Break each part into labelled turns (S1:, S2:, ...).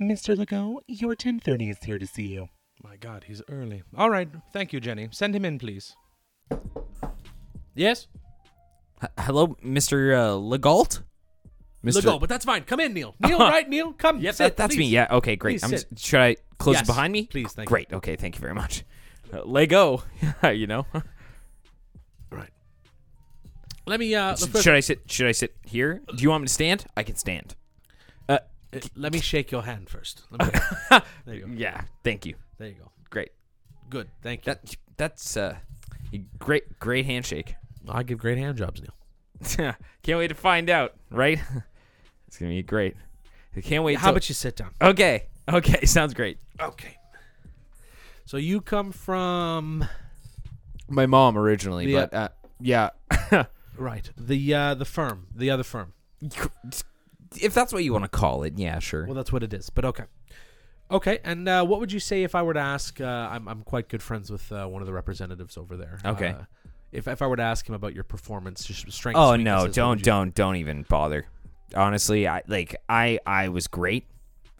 S1: Mr. Legault, your 1030 is here to see you.
S2: My God, he's early. All right, thank you, Jenny. Send him in, please. Yes,
S3: H- hello, Mr. Uh, Legault?
S2: Mr. Legault, but that's fine. Come in, Neil. Neil, right? Neil, come.
S3: Yep,
S2: sit,
S3: that, that's me.
S2: please.
S3: Yeah. Okay. Great.
S2: Please
S3: I'm,
S2: sit.
S3: s- should I close
S2: Yes,
S3: behind me?
S2: please, thank you.
S3: Great. Okay. Thank you very much. Uh, Lego. you know.
S2: Right. Let me. Uh,
S3: S-
S2: first,
S3: should I sit? Should I sit here? Do you want me to stand? I can stand. Uh,
S2: uh, let me shake your hand first. Let me, there you go.
S3: yeah. Thank you.
S2: There you go.
S3: Great.
S2: Good. Thank you.
S3: That that's uh, a great great handshake.
S2: I give great hand jobs, Neil.
S3: Can't wait to find out. Right. it's gonna be great. I can't wait.
S2: How
S3: till-
S2: about you sit down?
S3: Okay. Okay. Sounds great.
S2: Okay. So you come from
S3: My mom originally,
S2: Yeah.
S3: but uh, yeah.
S2: right the uh, the firm, the other firm.
S3: if that's what you want to call it, yeah, sure.
S2: Well, that's what it is. But okay, okay. And uh, what would you say if I were to ask? Uh, I'm I'm quite good friends with uh, one of the representatives over there.
S3: Okay.
S2: Uh, if, if I were to ask him about your performance, just strengths.
S3: Oh no,
S2: weaknesses, what would
S3: don't
S2: you-
S3: don't don't even bother. Honestly, I like I I was great.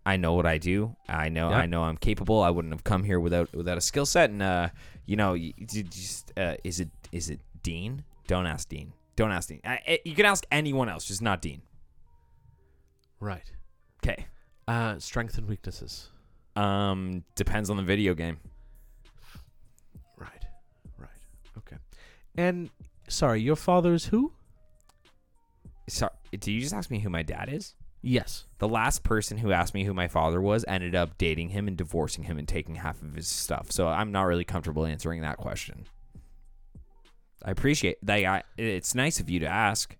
S3: I know what I do. I know
S2: Yeah.
S3: I know I'm capable. I wouldn't have come here without without a skill set and uh you know, you, you just uh, is it is it Dean? Don't ask Dean. Don't ask Dean. I, I- you can ask anyone else, just not Dean.
S2: Right.
S3: Okay.
S2: Uh, strengths and weaknesses.
S3: Um depends on the video game.
S2: Right. Right. Okay. And sorry, your father's who?
S3: So, do you just ask me who my dad is?
S2: Yes.
S3: The last person who asked me who my father was ended up dating him and divorcing him and taking half of his stuff. So I'm not really comfortable answering that question. I appreciate that. I, it's nice of you to ask.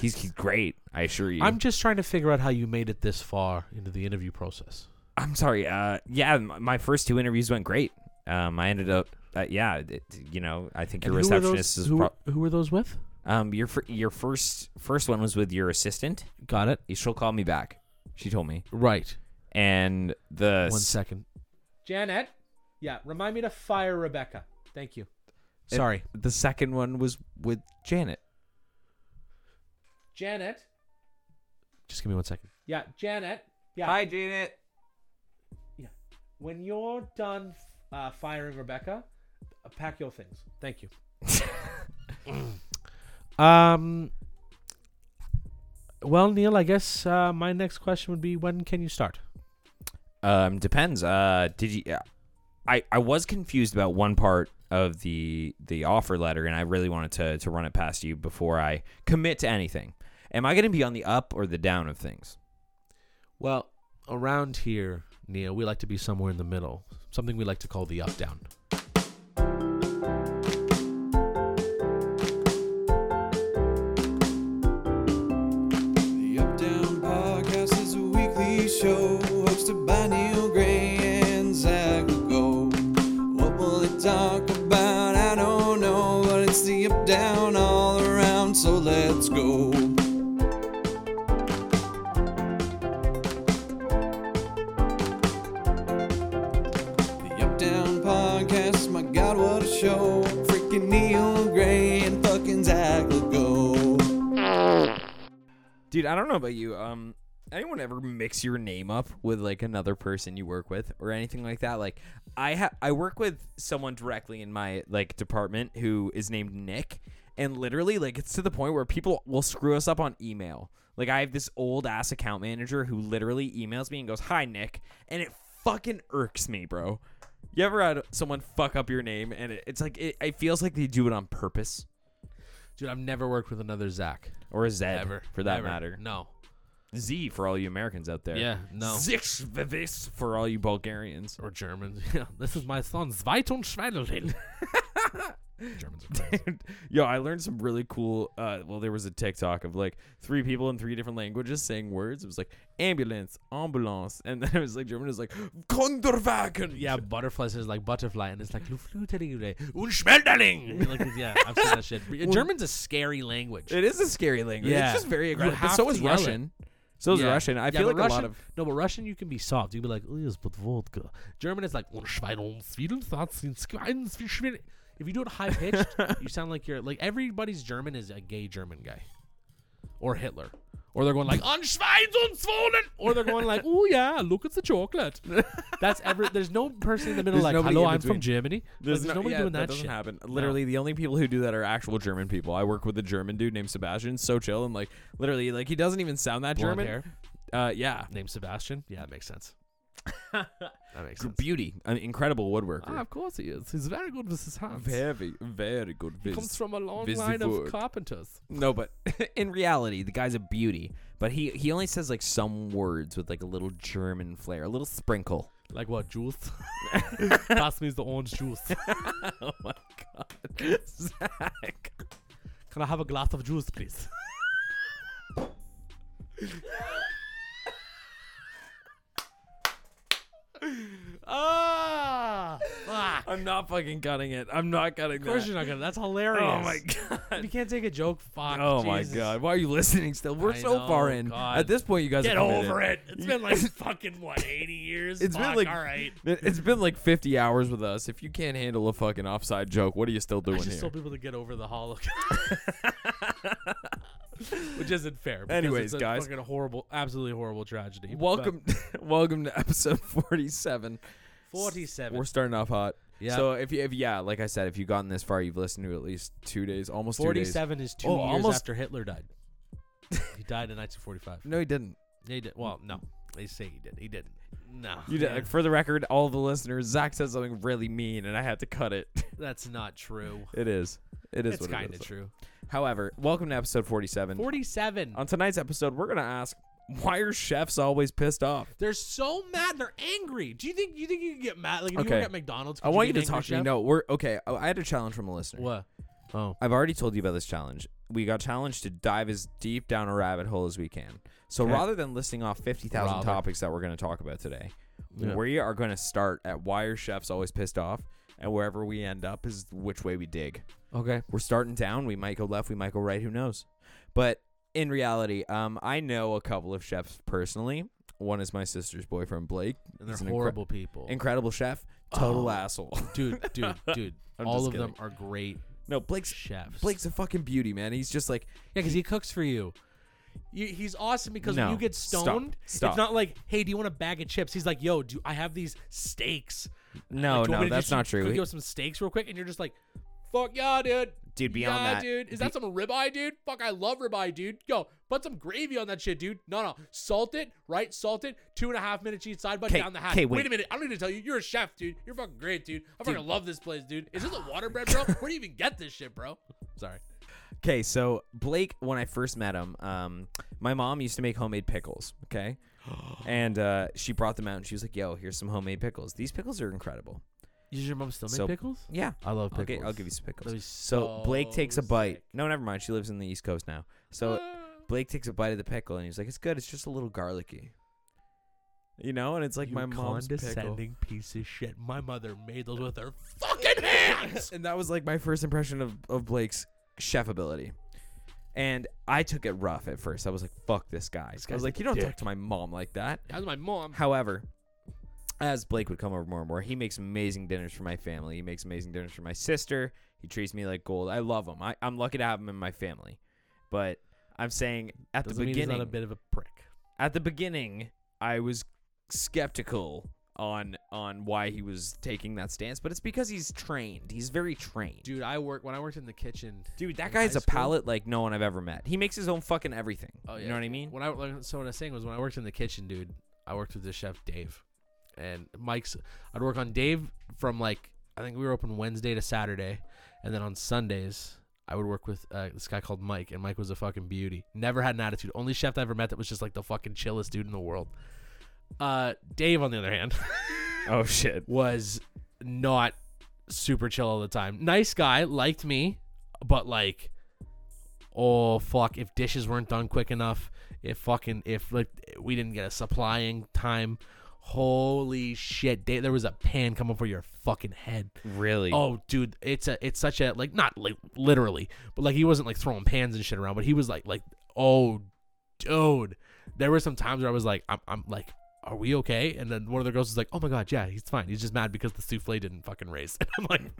S3: He's, he's great. I assure you.
S2: I'm just trying to figure out how you made it this far into the interview process.
S3: I'm sorry. Uh, yeah, m- my first two interviews went great. Um, I ended up. Uh, yeah, it, you know, I think your
S2: And who were
S3: receptionist
S2: those,
S3: is.
S2: who,
S3: Pro-
S2: who were those with?
S3: um, your fir- your first first one was with your assistant.
S2: Got it.
S3: She'll call me back. She told me.
S2: Right.
S3: And the
S2: One
S3: s-
S2: second. Janet. Yeah. Remind me to fire Rebecca. Thank you. Sorry,
S3: The second one was with Janet.
S2: Janet. Just give me one second. Yeah, Janet. Yeah.
S3: Janet.
S2: Yeah. When you're done uh, firing Rebecca, uh, pack your things. Thank you. um. Well, Neil, I guess uh, my next question would be when can you start?
S3: Um, depends. Uh, did you? yeah. I I was confused about one part of the the offer letter, and I really wanted to to run it past you before I commit to anything. Am I going to be on the up or the down of things?
S2: Well, around here, Neil, we like to be somewhere in the middle. Something we like to call the up down.
S4: The Up Down Podcast is a weekly show hosted by Neil Gray and Zach Legault. What will it talk about? I don't know, but it's the Up Down all around, so let's go. The Up Down Podcast, my god, what a show! Freaking Neil Gray and fucking Zach Legault.
S3: Dude, I don't know about you. Um, anyone ever mix your name up with like another person you work with or anything like that? Like, I ha- I work with someone directly in my like department who is named Nick, and literally like it's to the point where people will screw us up on email. Like, I have this old ass account manager who literally emails me and goes, "Hi, Nick," and it fucking irks me, bro. You ever had someone fuck up your name and it, it's like it, it feels like they do it on purpose
S2: Dude, I've never worked with another Zach.
S3: or a Zed
S2: Ever.
S3: for that
S2: Ever.
S3: matter.
S2: No.
S3: Z for all you Americans out there.
S2: Yeah, no.
S3: Zichvis for all you Bulgarians.
S2: Or German. Yeah, this is my son, Zweiton Schweidelin. Germans are crazy.
S3: Yo, I learned some really cool. Uh, well, there was a TikTok of like three people in three different languages saying words. It was like ambulance, ambulance, and then it was like German is like Konderwagen.
S2: Yeah, butterflies is like butterfly, and it's like Luftflüterling und Schmetterling. Like, yeah, I've seen that shit.
S3: Und-
S2: German's a scary language.
S3: it is a scary language.
S2: Yeah.
S3: It's just very
S2: You
S3: aggressive. But
S2: have
S3: so
S2: to
S3: is
S2: yell it.
S3: Russian. So is
S2: Yeah.
S3: Russian. I
S2: Yeah,
S3: feel
S2: but
S3: like a lot
S2: Russian-
S3: of
S2: no, but Russian you can be soft. You can be like, "Oh, yes, but vodka. German is like "Und Schweinung, Zwiebeln, Satzen, Schwein, Zwie- Schwein." If you do it high pitched, you sound like you're like everybody's German is a gay German guy, or Hitler, Or they're going like on Schweinswollen, or they're going like, oh yeah, look at the chocolate. That's ever. There's no person in the middle
S3: There's
S2: like,
S3: nobody
S2: hello,
S3: in
S2: I'm from
S3: between.
S2: Germany. Like, There's,
S3: no-
S2: nobody
S3: yeah,
S2: doing that,
S3: doesn't
S2: shit.
S3: happen. Literally, the only people who do that are actual German people. I work with a German dude named Sebastian. So chill and like, literally, like he doesn't even sound that
S2: Blonde
S3: German.
S2: hair.
S3: Uh, yeah,
S2: Name Sebastian. Yeah, that makes sense. that makes
S3: Gr-
S2: sense.
S3: beauty, an incredible woodworker.
S2: Ah, of course he is. He's very good with his hands.
S3: very, very good.
S2: He comes from a long
S3: busy
S2: line of
S3: work.
S2: carpenters.
S3: No, but in reality, the guy's a beauty. But he he only says like some words with like a little German flair, a little sprinkle.
S2: Like what? Juice? Pass me the orange juice.
S3: oh my god, Zach!
S2: Can I have a glass of juice, please? ah! Fuck.
S3: I'm not fucking cutting it. I'm not cutting
S2: Of course
S3: that.
S2: you're not gonna. That's hilarious.
S3: Oh my god.
S2: You can't take a joke. Fuck.
S3: Oh my
S2: Jesus.
S3: god. Why are you listening still? We're
S2: I
S3: so far
S2: know,
S3: in.
S2: God.
S3: At this point, you guys
S2: Get
S3: are committed.
S2: over it. It's been like fucking what, 80 years?
S3: It's
S2: Fuck,
S3: been like
S2: all right.
S3: it- it's been like 50 hours with us. If you can't handle a fucking offside joke, what are you still
S2: I
S3: doing
S2: just
S3: here?
S2: told people to get over the Holocaust, which isn't fair. because
S3: Anyways,
S2: it's a
S3: guys.
S2: fucking horrible, absolutely horrible tragedy. but-
S3: welcome, welcome to episode 47.
S2: 47.
S3: We're starting off hot.
S2: Yeah.
S3: So if you, if yeah, like I said, if you've gotten this far, you've listened to at least two days, almost two days.
S2: 47 is two
S3: Oh,
S2: years
S3: almost-
S2: after Hitler died. he died in 1945.
S3: No, he didn't.
S2: Yeah, he did. Well, no. They say he did. He didn't. No.
S3: You did. Like, for the record, all the listeners, Zach said something really mean, and I had to cut it.
S2: That's not true.
S3: it is. It is
S2: It's
S3: what it
S2: kind of
S3: is.
S2: true.
S3: However, welcome to episode 47.
S2: 47.
S3: On tonight's episode, we're gonna ask why are chefs always pissed off?
S2: They're so mad. They're angry. Do you think you think you can get mad? Like if you
S3: Okay.
S2: work at McDonald's,
S3: I
S2: could
S3: want
S2: be
S3: you to
S2: an angry
S3: talk to me.
S2: chef?
S3: No, we're okay. I I had a challenge from a listener.
S2: What? Oh.
S3: I've already told you about this challenge. We got challenged to dive as deep down a rabbit hole as we can. So
S2: Okay.
S3: rather than listing off 50,000
S2: Rather.
S3: topics that we're going to talk about today,
S2: Yeah.
S3: we are going to start at why are chefs always pissed off? And wherever we end up is which way we dig.
S2: Okay.
S3: We're starting down. We might go left. We might go right. Who knows? But in reality, um, I know a couple of chefs personally. One is my sister's boyfriend, Blake.
S2: And they're
S3: He's an incre-
S2: horrible people.
S3: Incredible chef. Total
S2: Oh.
S3: asshole.
S2: dude, dude, dude.
S3: I'm
S2: All
S3: just
S2: of them are great
S3: No, Blake's
S2: chefs.
S3: Blake's a fucking beauty, man. He's just like
S2: Yeah, because he cooks for you. You- He's awesome because
S3: No.
S2: when you get
S3: Stop.
S2: stoned,
S3: Stop.
S2: it's not like, "Hey, do you want a bag of chips?" He's like, "Yo, do I have these steaks?" Like,
S3: No,
S2: do you want
S3: no,
S2: me to
S3: that's
S2: just
S3: not true.
S2: Cook you up some steaks real quick, and you're just like, "Fuck yeah, dude."
S3: Dude, beyond
S2: yeah,
S3: that-
S2: dude. Is
S3: be-
S2: that some ribeye, dude? Fuck, I love ribeye, dude. Yo, put some gravy on that shit, dude. No, no, salt it, right? Salt it. Two and a half minutes each side, but
S3: 'Kay,
S2: down the hatch.
S3: 'kay,
S2: wait.
S3: wait.
S2: a minute. I don't need to tell you. You're a chef, dude. You're fucking great, dude. I fucking love this place, dude. Is this a water bread, bro? Where do you even get this shit, bro? Sorry.
S3: Okay, so Blake, when I first met him, um, my mom used to make homemade pickles. Okay, and uh, she brought them out, and she was like, "Yo, here's some homemade pickles. These pickles are incredible."
S2: Does your mom still
S3: make So-
S2: pickles?
S3: Yeah,
S2: I love
S3: I'll, get, I'll give you some
S2: That'd
S3: pickles.
S2: be
S3: So, Blake
S2: so
S3: takes a bite.
S2: sick.
S3: No, never mind. She lives in the East Coast now. So
S2: Ah.
S3: Blake takes a bite of the pickle, and he's like, "It's good. It's just a little garlicky." You know, and it's like
S2: You
S3: my mom's pickle.
S2: condescending piece of shit. My mother made those with her fucking hands.
S3: and that was like my first impression of, of Blake's chef ability. And I took it rough at first. I was like, fuck this guy. I was
S2: guy's
S3: like,
S2: a
S3: you don't
S2: dick.
S3: talk to my mom like that.
S2: That was my mom.
S3: However, as Blake would come over more and more, he makes amazing dinners for my family. He makes amazing dinners for my sister. He treats me like gold. I love him. I, I'm lucky to have him in my family. But I'm saying at the
S2: Doesn't mean he's
S3: beginning,
S2: not a bit of a prick.
S3: at the beginning, I was skeptical on on why he was taking that stance, but it's because he's trained. He's very trained.
S2: Dude, I work when I worked in the kitchen.
S3: Dude, that
S2: in
S3: guy's
S2: high
S3: a
S2: school-
S3: palate like no one I've ever met. He makes his own fucking everything.
S2: Oh yeah.
S3: You know what I mean?
S2: When I like, so what I was saying was when I worked in the kitchen, dude, I worked with the chef Dave, and Mike's. I'd work on Dave from like I think we were open Wednesday to Saturday, and then on Sundays I would work with uh, this guy called Mike, and Mike was a fucking beauty. Never had an attitude. Only chef I ever met that was just like the fucking chillest dude in the world. Uh, Dave, on the other hand,
S3: Oh shit.
S2: was not super chill all the time. Nice guy, liked me, but like, oh fuck, if dishes weren't done quick enough, if fucking if like we didn't get a supplying time, holy shit, da- there was a pan coming for your fucking head.
S3: Really?
S2: Oh, dude, it's a it's such a like not like literally, but like he wasn't like throwing pans and shit around, but he was like like oh, dude, there were some times where I was like I'm I'm like are we okay? And then one of the girls was like, oh my god, yeah, he's fine. He's just mad because the souffle didn't fucking raise. And I'm like,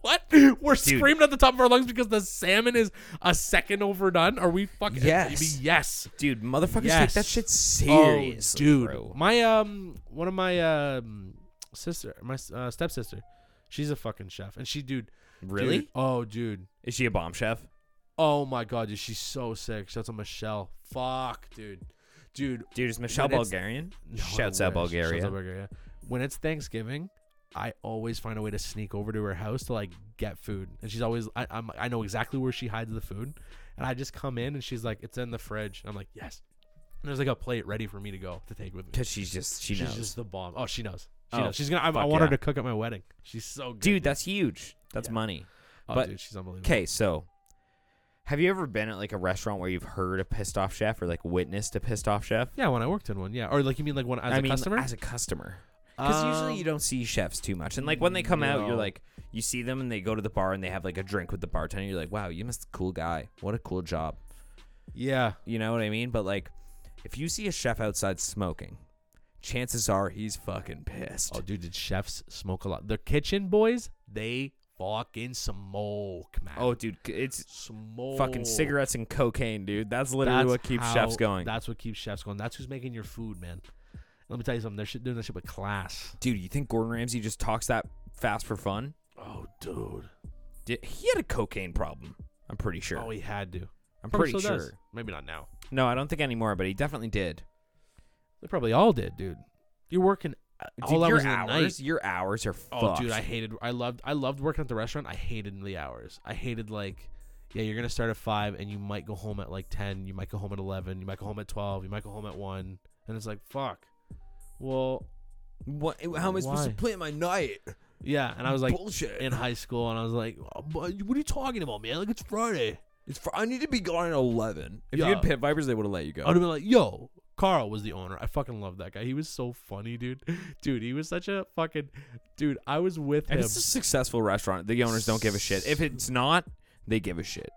S2: What? We're screaming at the top of our lungs because the salmon is a second overdone? Are we fucking?
S3: Yes.
S2: Yes.
S3: Dude, motherfuckers take
S2: Yes.
S3: that shit
S2: Oh,
S3: serious,
S2: dude.
S3: Bro.
S2: My um, one of my um, sister, my uh, stepsister, she's a fucking chef, and she, dude,
S3: Really?
S2: dude, oh, dude,
S3: Is she a bomb chef?
S2: oh my god, dude, she's so sick. That's a Michelle. Fuck, dude, dude.
S3: Dude, is Michelle
S2: When it's-
S3: Bulgarian?
S2: no, I
S3: Shouts out
S2: wish. Shouts
S3: Bulgaria.
S2: out Bulgaria. When it's Thanksgiving, I always find a way to sneak over to her house to like get food, and she's always, I, I'm, I know exactly where she hides the food, and I just come in, and she's like, it's in the fridge. I'm like, yes. And there's like a plate ready for me to go to take with me.
S3: Because she's just, she
S2: she's
S3: knows.
S2: just the bomb. Oh, she knows. She
S3: Oh,
S2: knows. She's gonna. I, I
S3: fuck
S2: want
S3: yeah.
S2: her to cook at my wedding. She's so good,
S3: dude, that's huge. That's money.
S2: Oh,
S3: but-
S2: dude, she's unbelievable.
S3: Okay, so have you ever been at like a restaurant where you've heard a pissed off chef or like witnessed a pissed off chef?
S2: Yeah, when I worked in one. Yeah, or like you mean like when as
S3: I
S2: a
S3: mean,
S2: customer?
S3: As a customer. Because usually you
S2: Um,
S3: don't see chefs too much. And like when they come out, you're
S2: no.
S3: like, you see them and they go to the bar and they have like a drink with the bartender. You're like, wow, you must cool guy. What a cool job.
S2: Yeah.
S3: You know what I mean? But like, if you see a chef outside smoking, chances are he's fucking pissed.
S2: Oh, dude, did chefs smoke a lot? The kitchen boys, they fucking smoke, man.
S3: Oh, dude, c- it's
S2: smoke.
S3: Oh. fucking cigarettes and cocaine, dude. That's literally
S2: That's
S3: what keeps
S2: how-
S3: chefs going.
S2: That's what keeps chefs going. That's who's making your food, man. Let me tell you something. They're shit- doing that shit with class.
S3: Dude, you think Gordon Ramsay just talks that fast for fun?
S2: Oh, dude.
S3: Did, he had a cocaine problem. I'm pretty sure.
S2: Oh, he had to.
S3: I'm
S2: Probably
S3: pretty sure.
S2: still does. Maybe not now.
S3: No, I don't think anymore, but he definitely did.
S2: They probably all did, dude. You're working uh,
S3: Dude,
S2: all
S3: your
S2: hours of the night.
S3: hours, your hours are
S2: Oh,
S3: fucked.
S2: dude, I hated. I loved. I loved working at the restaurant. I hated the hours. I hated like, yeah, you're gonna start at five, and you might go home at like ten. You might go home at eleven. You might go home at twelve. You might go home at one. And it's like, fuck. Well,
S3: What, how am I supposed to
S2: Why?
S3: plan my night?
S2: yeah. And I was like,
S3: Bullshit.
S2: in high school, and I was like, oh, but what are you talking about, man? Like it's Friday.
S3: It's fr- I need to be gone at 11. If you
S2: Yeah.
S3: had pit vipers, they would have let you go.
S2: I would have been like, yo, Carl was the owner. I fucking love that guy. He was so funny, dude. Dude, he was such a fucking dude. I was with
S3: and
S2: him.
S3: it's a successful restaurant. The owners don't give a shit. If it's not, they give a shit.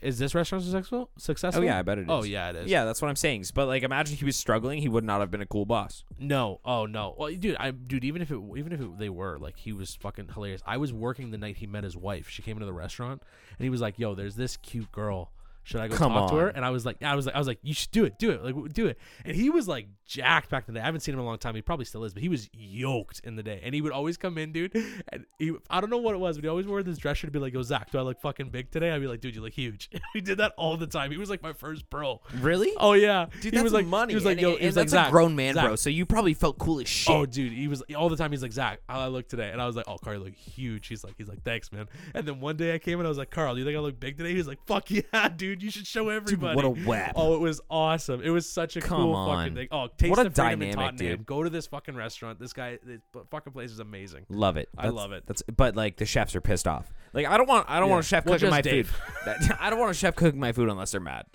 S2: Is this restaurant successful? Successful?
S3: Oh yeah, I bet it is.
S2: Oh yeah, it is.
S3: Yeah, that's what I'm saying. But like, imagine he was struggling, he would not have been a cool boss.
S2: No, oh no, well, dude, I dude, even if it, even if it, they were like, he was fucking hilarious. I was working the night he met his wife. She came into the restaurant, and he was like, "Yo, there's this cute girl. Should I go
S3: Come
S2: talk to her?"
S3: on.
S2: And I was like, "I was like, I was like, you should do it, do it, like, w- do it." And he was like jacked back in the day. I haven't seen him in a long time. He probably still is, but he was yoked in the day. And he would always come in, dude. And he, I don't know what it was, but he always wore this dress shirt to be like, "Yo, Zach, do I look fucking big today?" I'd be like, "Dude, you look huge." we did that all the time. He was like my first bro.
S3: Really?
S2: Oh yeah,
S3: Dude,
S2: he
S3: that's
S2: was like
S3: money.
S2: He was like,
S3: and,
S2: "Yo,"
S3: and
S2: he was like,
S3: that's a
S2: "Zach,
S3: grown man,
S2: Zach,
S3: bro. So you probably felt cool as shit.
S2: Oh, dude, he was all the time. He's like Zach, how I look today, and I was like, oh, Carl, you look huge. He's like, he's like, thanks, man. And then one day I came and I was like, Carl, you think I look big today? He's like, fuck yeah, dude, you should show everybody.
S3: what a web.
S2: Oh, it was awesome. It was such a
S3: Come
S2: cool
S3: on.
S2: fucking thing. Oh, taste
S3: What a
S2: the freedom in
S3: dynamic,
S2: Tottenham.
S3: dude.
S2: Go to this fucking restaurant. This guy, this fucking place is amazing.
S3: love it.
S2: I
S3: That's-
S2: love it.
S3: That's but like the chefs are pissed off. Like I don't want I don't want a
S2: Yeah.
S3: chef
S2: Well,
S3: cooking
S2: just
S3: my
S2: Dave.
S3: food. That- I don't want a chef cooking my food unless they're mad.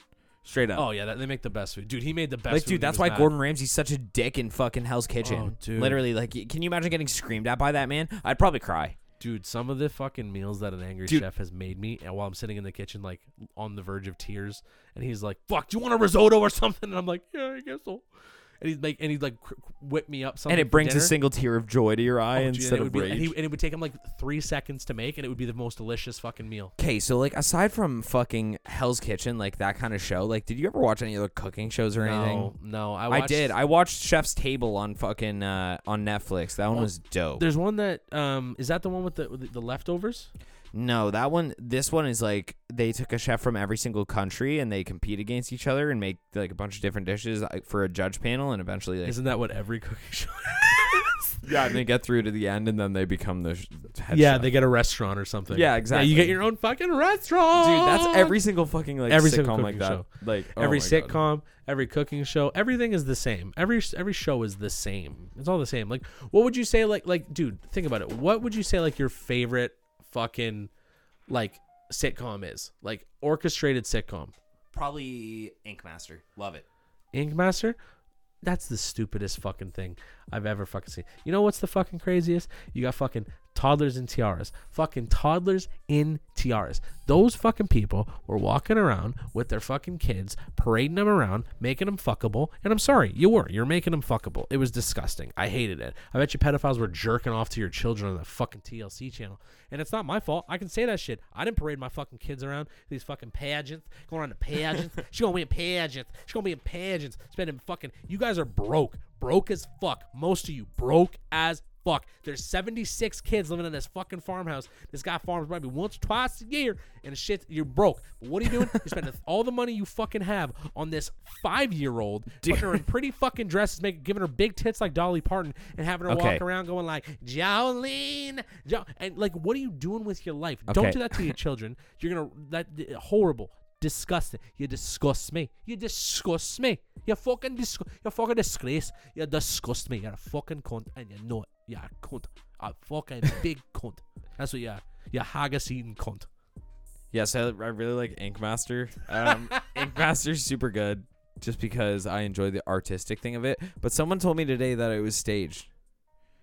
S3: Straight up.
S2: Oh yeah, that, they make the best food, dude. He made the best.
S3: like
S2: food
S3: dude,
S2: when he
S3: that's
S2: was
S3: why
S2: mad.
S3: Gordon Ramsay's such a dick in fucking Hell's Kitchen.
S2: Oh, dude.
S3: Literally, like, y- can you imagine getting screamed at by that man? I'd probably cry.
S2: Dude, some of the fucking meals that an angry
S3: Dude.
S2: chef has made me, and while I'm sitting in the kitchen, like on the verge of tears, and he's like, "Fuck, do you want a risotto or something?" And I'm like, "Yeah, I guess so." And he's like, and he'd like cr- whip me up something,
S3: and it brings
S2: for
S3: a
S2: dinner.
S3: single tear of joy to your
S2: Oh,
S3: eye
S2: dude, and
S3: instead
S2: it would
S3: of
S2: be-
S3: rage.
S2: and, he- and it would take him like three seconds to make, and it would be the most delicious fucking meal.
S3: Okay, so like aside from fucking Hell's Kitchen, like that kind of show, like did you ever watch any other cooking shows or anything?
S2: No, no, I,
S3: I,
S2: watched,
S3: did. I watched Chef's Table on fucking uh, on Netflix. That one
S2: Oh,
S3: was dope.
S2: There's one that um is that the one with the with the leftovers?
S3: No, that one. This one is like they took a chef from every single country and they compete against each other and make like a bunch of different dishes like, for a judge panel and eventually like,
S2: Isn't that what every cooking show?
S3: yeah, and they get through to the end and then they become the sh- head
S2: yeah,
S3: chef.
S2: they get a restaurant or something.
S3: Yeah,
S2: you
S3: exactly.
S2: get your own fucking restaurant,
S3: Dude, that's every single fucking like
S2: Every single
S3: sitcom like
S2: cooking
S3: that.
S2: show.
S3: Like oh
S2: every
S3: my God.
S2: sitcom, every cooking show, everything is the same. Every every show is the same. It's all the same. Like, what would you say? Like, like, dude, think about it. What would you say? Like, your favorite fucking like sitcom is like orchestrated sitcom.
S3: Probably Ink Master. Love it.
S2: Ink Master. That's the stupidest fucking thing I've ever fucking seen. You know what's the fucking craziest? You got fucking toddlers in tiaras. Fucking toddlers in tiaras. Those fucking people were walking around with their fucking kids, parading them around, making them fuckable. And I'm sorry, you were. You're making them fuckable. It was disgusting. I hated it. I bet you pedophiles were jerking off to your children on the fucking TLC channel. And it's not my fault. I can say that shit. I didn't parade my fucking kids around these fucking pageants, going on to pageants. She's gonna win pageants. She's gonna be in pageants. Spending fucking. You guys are broke, broke as fuck. Most of you broke as fuck. There's 76 kids living in this fucking farmhouse. This guy farms probably once, twice a year, and shit, you're broke. But what are you doing? You're spending all the money you fucking have on this five-year-old, putting her in pretty fucking dresses, making, giving her big tits like Dolly Parton, and having her
S3: Okay.
S2: walk around going like Jolene, jo-, and like, what are you doing with your life? Don't
S3: Okay.
S2: do that to your children. You're gonna that horrible. Disgusting! You disgust me. You disgust me. You fucking dis. You fucking disgrace. You disgust me. You're a fucking cunt, and you know it. You're a cunt. A fucking big cunt. That's what you are. You haggis eating cunt.
S3: Yes, I, I really like Ink Master. Um, Ink Master's super good just because I enjoy the artistic thing of it. But someone told me today that it was staged.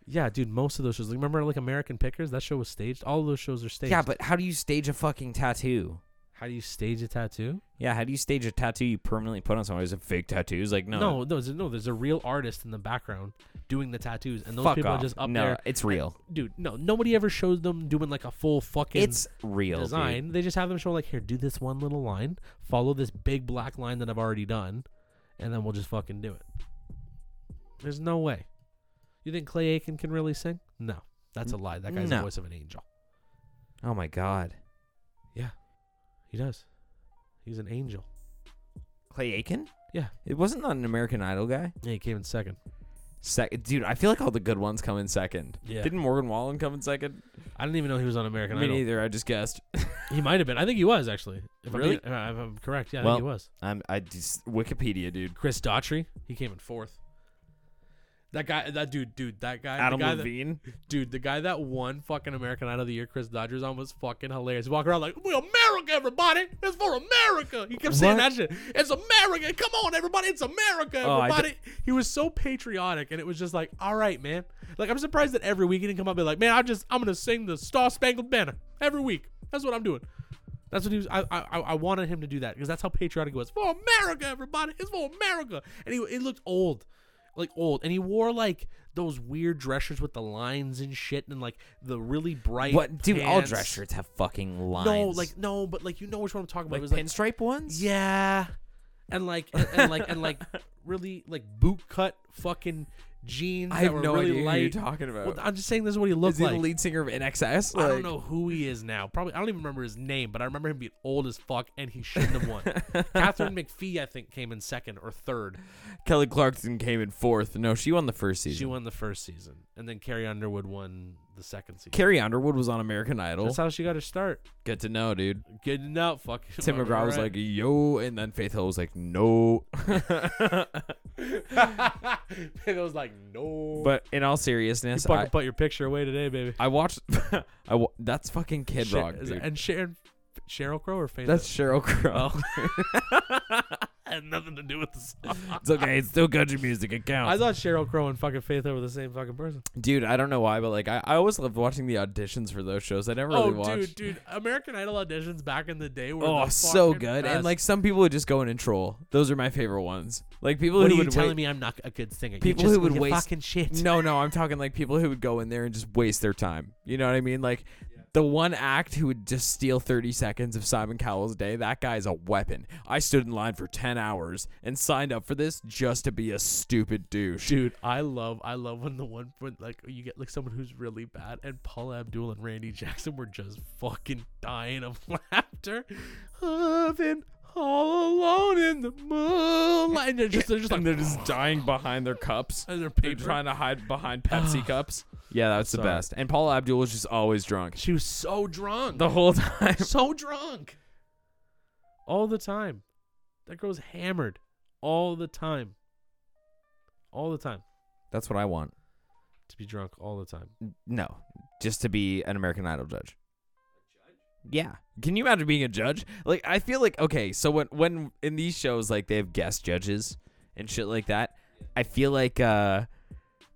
S2: Yeah, dude. Most of those shows. like, Remember, like American Pickers. That show was staged. All of those shows are staged.
S3: Yeah, but how do you stage a fucking tattoo?
S2: how do you stage a tattoo?
S3: Yeah, how do you stage a tattoo you permanently put on someone? Is it fake tattoos? Like no,
S2: No, no, there's, no. There's a real artist in the background doing the tattoos, and those
S3: fuck
S2: people
S3: off.
S2: are just up
S3: no,
S2: there.
S3: it's real.
S2: Dude, no, nobody ever shows them doing like a full fucking.
S3: It's real. dude.
S2: design. They just have them show like, here, do this one little line, follow this big black line that I've already done, and then we'll just fucking do it. There's no way. You think Clay Aiken can really sing? No, that's a lie. That guy's
S3: No.
S2: the voice of an angel.
S3: Oh my god,
S2: He does. He's an angel.
S3: Clay Aiken.
S2: Yeah.
S3: it wasn't that an American Idol guy.
S2: Yeah, he came in second.
S3: Sec- dude, I feel like all the good ones come in second.
S2: Yeah,
S3: Didn't Morgan Wallen come in second?
S2: I didn't even know he was on American
S3: Me
S2: Idol.
S3: neither. I just guessed.
S2: He might have been. I think he was actually. If
S3: Really?
S2: I'm, being- uh, if I'm correct. Yeah, I
S3: Well-
S2: think he was.
S3: I'm. I just Wikipedia, dude.
S2: Chris Daughtry. He came in fourth. That guy, that dude, dude, that guy, the
S3: Adam
S2: guy that-
S3: Levine.
S2: Dude, the guy that won fucking American Idol of the year, Chris Dodgers, on was fucking hilarious. He walked around like, "We America, everybody! It's for America!" He kept saying
S3: What?
S2: that shit. It's America! Come on, everybody! It's America,
S3: Oh, I d-
S2: everybody! he was so patriotic, and it was just like, "All right, man." Like I'm surprised that every week he didn't come up and be like, "Man, I'm just I'm gonna sing the Star Spangled Banner every week." That's what I'm doing. That's what he was. I I, I wanted him to do that because that's how patriotic he was. For America, everybody! It's for America! And he it looked old like old and he wore like those weird dress shirts with the lines and shit and like the really bright
S3: What, dude? All
S2: pants.
S3: dress shirts have fucking lines.
S2: no like no but like you know which one i'm talking about
S3: like
S2: it was like
S3: pinstripe ones.
S2: yeah and like and, and like and like really like boot cut fucking jeans
S3: I
S2: that
S3: have
S2: were
S3: no
S2: really
S3: idea who
S2: light
S3: you're talking about.
S2: Well, i'm just saying this is what he
S3: Is
S2: looked
S3: he
S2: like
S3: the lead singer of NXS?
S2: I don't
S3: Like-
S2: know who he is now. Probably I don't even remember his name, but I remember him being old as fuck, and he shouldn't have won. Catherine McPhee, I think, came in second or third.
S3: Kelly Clarkson came in fourth. No, she won the first season.
S2: She won the first season, and then Carrie Underwood won the second season.
S3: Carrie Underwood was on American Idol.
S2: That's how she got her start.
S3: Good to know, dude.
S2: Getting out, fucking.
S3: Tim McGraw was like, yo, and then Faith Hill was like, no.
S2: like, it was like, no.
S3: but in all
S2: you
S3: seriousness,
S2: fucking
S3: I,
S2: put your picture away today, baby.
S3: I watched. I wa- that's fucking Kid
S2: Sha-
S3: Rock,
S2: is-
S3: dude.
S2: and Sharon, Cheryl Crow or Faith?
S3: That's Cheryl Crow.
S2: had nothing to do with the song.
S3: it's okay. It's still country music. It
S2: I
S3: counts.
S2: thought Cheryl Crow and fucking Faith Hill were the same fucking person.
S3: dude, I don't know why, but like, I, I always loved watching the auditions for those shows. I never really
S2: oh, dude,
S3: watched.
S2: dude, American Idol auditions back in the day were
S3: Oh,
S2: the
S3: so
S2: fucking
S3: good.
S2: best.
S3: And like some people would just go in and troll. Those are my favorite ones. Like people
S2: what are
S3: who
S2: you
S3: would
S2: telling
S3: wait-
S2: me? I'm not a good singer. You
S3: people
S2: just-
S3: who would
S2: you
S3: waste-
S2: fucking shit.
S3: No, no, I'm talking like people who would go in there and just waste their time. You know what I mean? Like the one act who would just steal 30 seconds of Simon Cowell's day, that guy is a weapon. I stood in line for 10 hours and signed up for this just to be a stupid douche.
S2: Dude, I love I love when the one when like you get like someone who's really bad and Paula Abdul and Randy Jackson were just fucking dying of laughter. I've been all alone in the moonlight. And they're just they're just like
S3: and they're just dying behind their cups.
S2: and they're
S3: They're
S2: paper.
S3: trying to hide behind Pepsi cups. Yeah, that's the
S2: Sorry.
S3: best. And Paula Abdul was just always drunk
S2: She was so drunk.
S3: the whole time.
S2: so drunk. All the time. That girl's hammered. All the time. All the time.
S3: That's what I want.
S2: To be drunk all the time.
S3: No, just to be an American Idol judge. Yeah. Can you imagine being a judge? Like I feel like okay, so when when in these shows like they have guest judges and shit like that, I feel like uh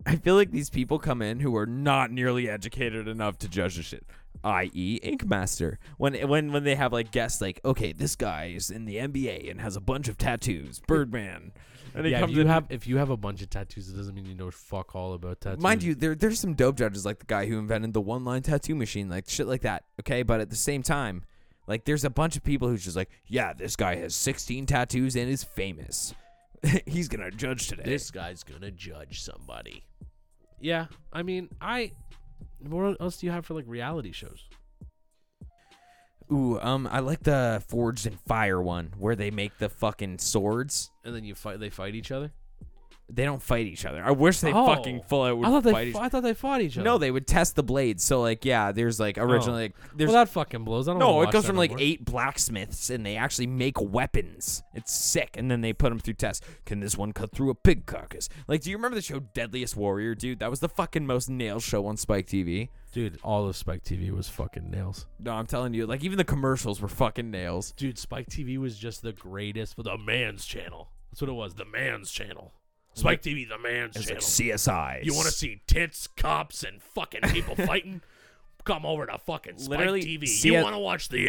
S3: I feel like these people come in who are not nearly educated enough to judge the shit. I.e., Ink Master. When when when they have like guests like, okay, this guy is in the NBA and has a bunch of tattoos, Birdman, and he
S2: yeah, if
S3: comes
S2: you
S3: in.
S2: have if you have a bunch of tattoos, it doesn't mean you know fuck all about tattoos.
S3: Mind you, there there's some dope judges like the guy who invented the one line tattoo machine, like shit like that. Okay, but at the same time, like there's a bunch of people who's just like, yeah, this guy has 16 tattoos and is famous. He's gonna judge today.
S2: this guy's gonna judge somebody. Yeah, I mean, I. What else do you have for like reality shows?
S3: Ooh, um, I like the Forged and Fire one where they make the fucking swords.
S2: And then you fight. They fight each other.
S3: They don't fight each other. I wish they
S2: Oh.
S3: fucking full out would
S2: I thought they.
S3: fight each
S2: fu- I thought they fought each other. Oh.
S3: No, they would test the blades. So like, yeah, there's like originally like there's
S2: well, that fucking blows. I don't.
S3: no,
S2: wanna
S3: it
S2: watch
S3: comes
S2: that
S3: from
S2: no
S3: like
S2: more.
S3: eight blacksmiths, and they actually make weapons. It's sick, and then they put them through tests. Can this one cut through a pig carcass? Like, do you remember the show Deadliest Warrior, dude? That was the fucking most nail show on Spike TV.
S2: Dude, all of Spike TV was fucking nails.
S3: No, I'm telling you, like even the commercials were fucking nails.
S2: Dude, Spike TV was just the greatest for the man's channel. That's what it was. The man's channel. Spike TV, the man's
S3: It's
S2: channel.
S3: like CSI.
S2: you want to see tits, cops, and fucking people fighting? Come over to fucking Spike
S3: Literally,
S2: TV.
S3: see
S2: you
S3: it-
S2: want to watch the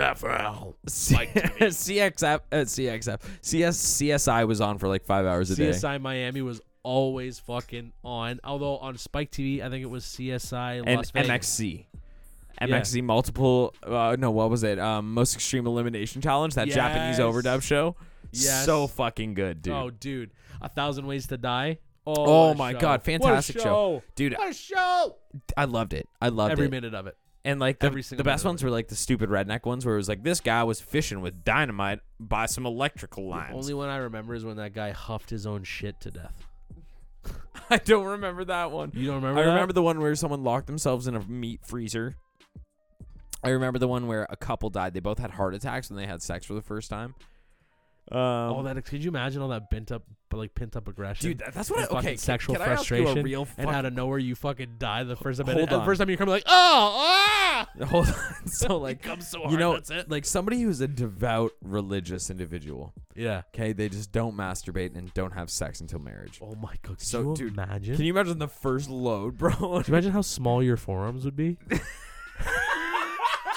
S2: XFL? Spike TV.
S3: CXF, uh, CXF, CS, CSI was on for like five hours a day.
S2: CSI Miami was always fucking on. Although on Spike TV, I think it was CSI
S3: and
S2: Las Vegas.
S3: MXC. MXC multiple uh no what was it um most extreme elimination challenge that Japanese
S2: Yes.
S3: overdub show
S2: Yes.
S3: so fucking good dude
S2: Oh, dude, a thousand ways to die. Oh,
S3: Oh
S2: what a
S3: my
S2: show.
S3: god,
S2: What a
S3: fantastic
S2: show.
S3: dude!
S2: What a show!
S3: I loved it. I loved
S2: Every
S3: it.
S2: minute of it.
S3: and like the,
S2: every single
S3: the best
S2: minute of
S3: ones were like the stupid redneck ones where it was like this guy was fishing with dynamite by some electrical
S2: The
S3: lines.
S2: only one I remember is when that guy huffed his own shit to death.
S3: I don't remember that one.
S2: You don't remember?
S3: I remember the one where someone locked themselves in a meat freezer. I remember the one where a couple died. They both had heart attacks when they had sex for the first time. Um,
S2: all that. Could you imagine all that bent up, like pent up aggression?
S3: dude, that- that's what I,
S2: and
S3: okay.
S2: fucking
S3: can-
S2: sexual
S3: can I ask you a
S2: frustration,
S3: real
S2: and out of nowhere you fucking die the first time.
S3: Hold
S2: and the
S3: on.
S2: first time you come like, oh, ah!
S3: fucking- hold on. So like,
S2: comes so
S3: you
S2: hard,
S3: know,
S2: that's it.
S3: like somebody who's a devout religious individual.
S2: yeah.
S3: Okay, they just don't masturbate and don't have sex until marriage.
S2: Oh my god. Could
S3: So,
S2: you
S3: dude,
S2: imagine?
S3: Can you imagine the first load, bro?
S2: Can you imagine how small your forearms would be?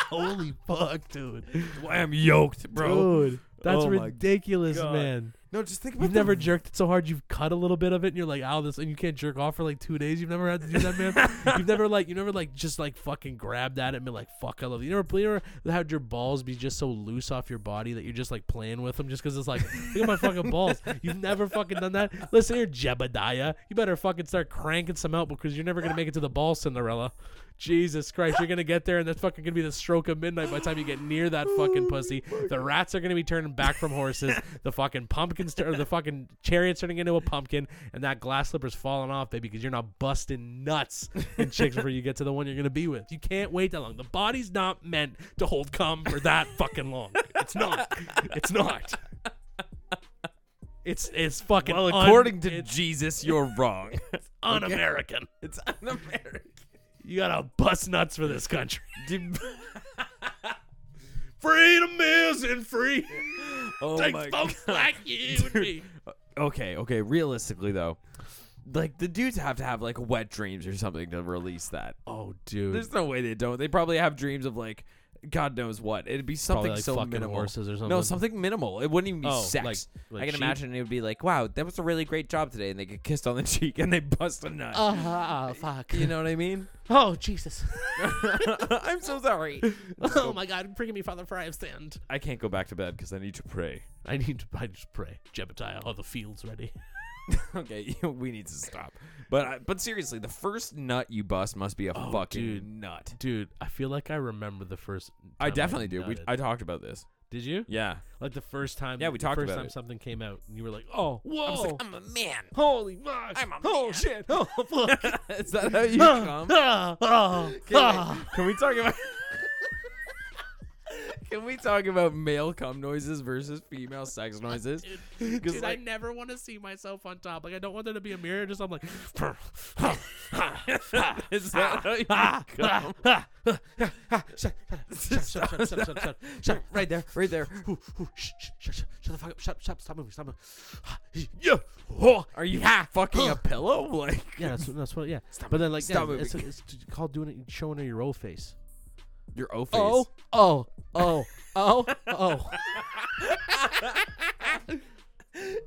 S2: Holy fuck, dude.
S3: Why I'm yoked,
S2: Dude, that's
S3: Oh my
S2: ridiculous,
S3: God.
S2: man.
S3: No, just think about
S2: You've
S3: the-
S2: never jerked it so hard you've cut a little bit of it and you're like, ow, this and you can't jerk off for like two days. You've never had to do that, man. you've never like you never like just like fucking grabbed at it and been like, fuck, I love you. You never you ever had your balls be just so loose off your body that you're just like playing with them just because it's like, look at my fucking balls. You've never fucking done that. Listen here, Jebediah. You better fucking start cranking some out because you're never gonna make it to the ball, Cinderella. Jesus Christ, you're gonna get there, and that's fucking gonna be the stroke of midnight by the time you get near that fucking pussy. The rats are gonna be turning back from horses. The fucking pumpkins or the fucking chariot's turning into a pumpkin, and that glass slipper's falling off, baby, because you're not busting nuts in chicks before you get to the one you're gonna be with. You can't wait that long. The body's not meant to hold cum for that fucking long. It's not. It's not. It's it's fucking
S3: Well,
S2: un-
S3: according to
S2: it's
S3: Jesus, you're wrong.
S2: un-American.
S3: it's un-American.
S2: You gotta bust nuts for this country.
S3: Dude,
S2: Freedom isn't free.
S3: oh
S2: Take
S3: my
S2: folks
S3: God.
S2: like you and me.
S3: Okay, okay. Realistically, though, like the dudes have to have like wet dreams or something to release that.
S2: Oh, dude.
S3: There's no way they don't. They probably have dreams of like, God knows what. It'd be something
S2: Probably, like,
S3: so
S2: fucking
S3: minimal.
S2: horses or
S3: No,
S2: something.
S3: something minimal. It wouldn't even be
S2: Oh,
S3: sex.
S2: like- like
S3: I can
S2: sheep?
S3: imagine it would be like, wow, that was a really great job today, and they get kissed on the cheek and they bust a nut.
S2: Oh, fuck.
S3: You know what I mean?
S2: Oh, Jesus.
S3: I'm so sorry.
S2: Oh, my God. Bring me, Father, for I have sinned.
S3: I can't go back to bed because I need to pray.
S2: I need to I just pray. Jebediah, are the fields ready?
S3: okay, we need to stop. But I, but seriously, the first nut you bust must be a
S2: Oh,
S3: fucking
S2: dude.
S3: nut.
S2: Dude, I feel like I remember the first.
S3: I
S2: time
S3: definitely do. We,
S2: nutted.
S3: I talked about this.
S2: Did you?
S3: Yeah.
S2: Like the first time.
S3: Yeah, we
S2: the
S3: talked
S2: first
S3: about
S2: time
S3: it.
S2: something came out, and you were like, oh, whoa.
S3: I was like, I'm a man.
S2: Holy fuck.
S3: I'm a
S2: Oh,
S3: man.
S2: shit. Oh, fuck.
S3: Is that how you
S2: Ah,
S3: come?
S2: ah, ah,
S3: Okay, wait.
S2: ah.
S3: Can we talk about? Can we talk about male cum noises versus female sex noises?
S2: Dude,
S3: 'Cause,
S2: dude,
S3: like-
S2: I never want to see myself on top. Like I don't want there to be a mirror. Just I'm like,
S3: Is that how you cum?
S2: right there, right there. Ooh, ooh, shh, shh, shh, shh, shut the fuck up. Shut, shut, stop moving. Stop moving. Yeah. Oh.
S3: Are you fucking a pillow? Like,
S2: Yeah, that's, that's what. Yeah, but then like, yeah,
S3: Stop
S2: it's, it's called doing it, showing her your old face.
S3: your O face.
S2: Oh, oh, oh, oh, oh,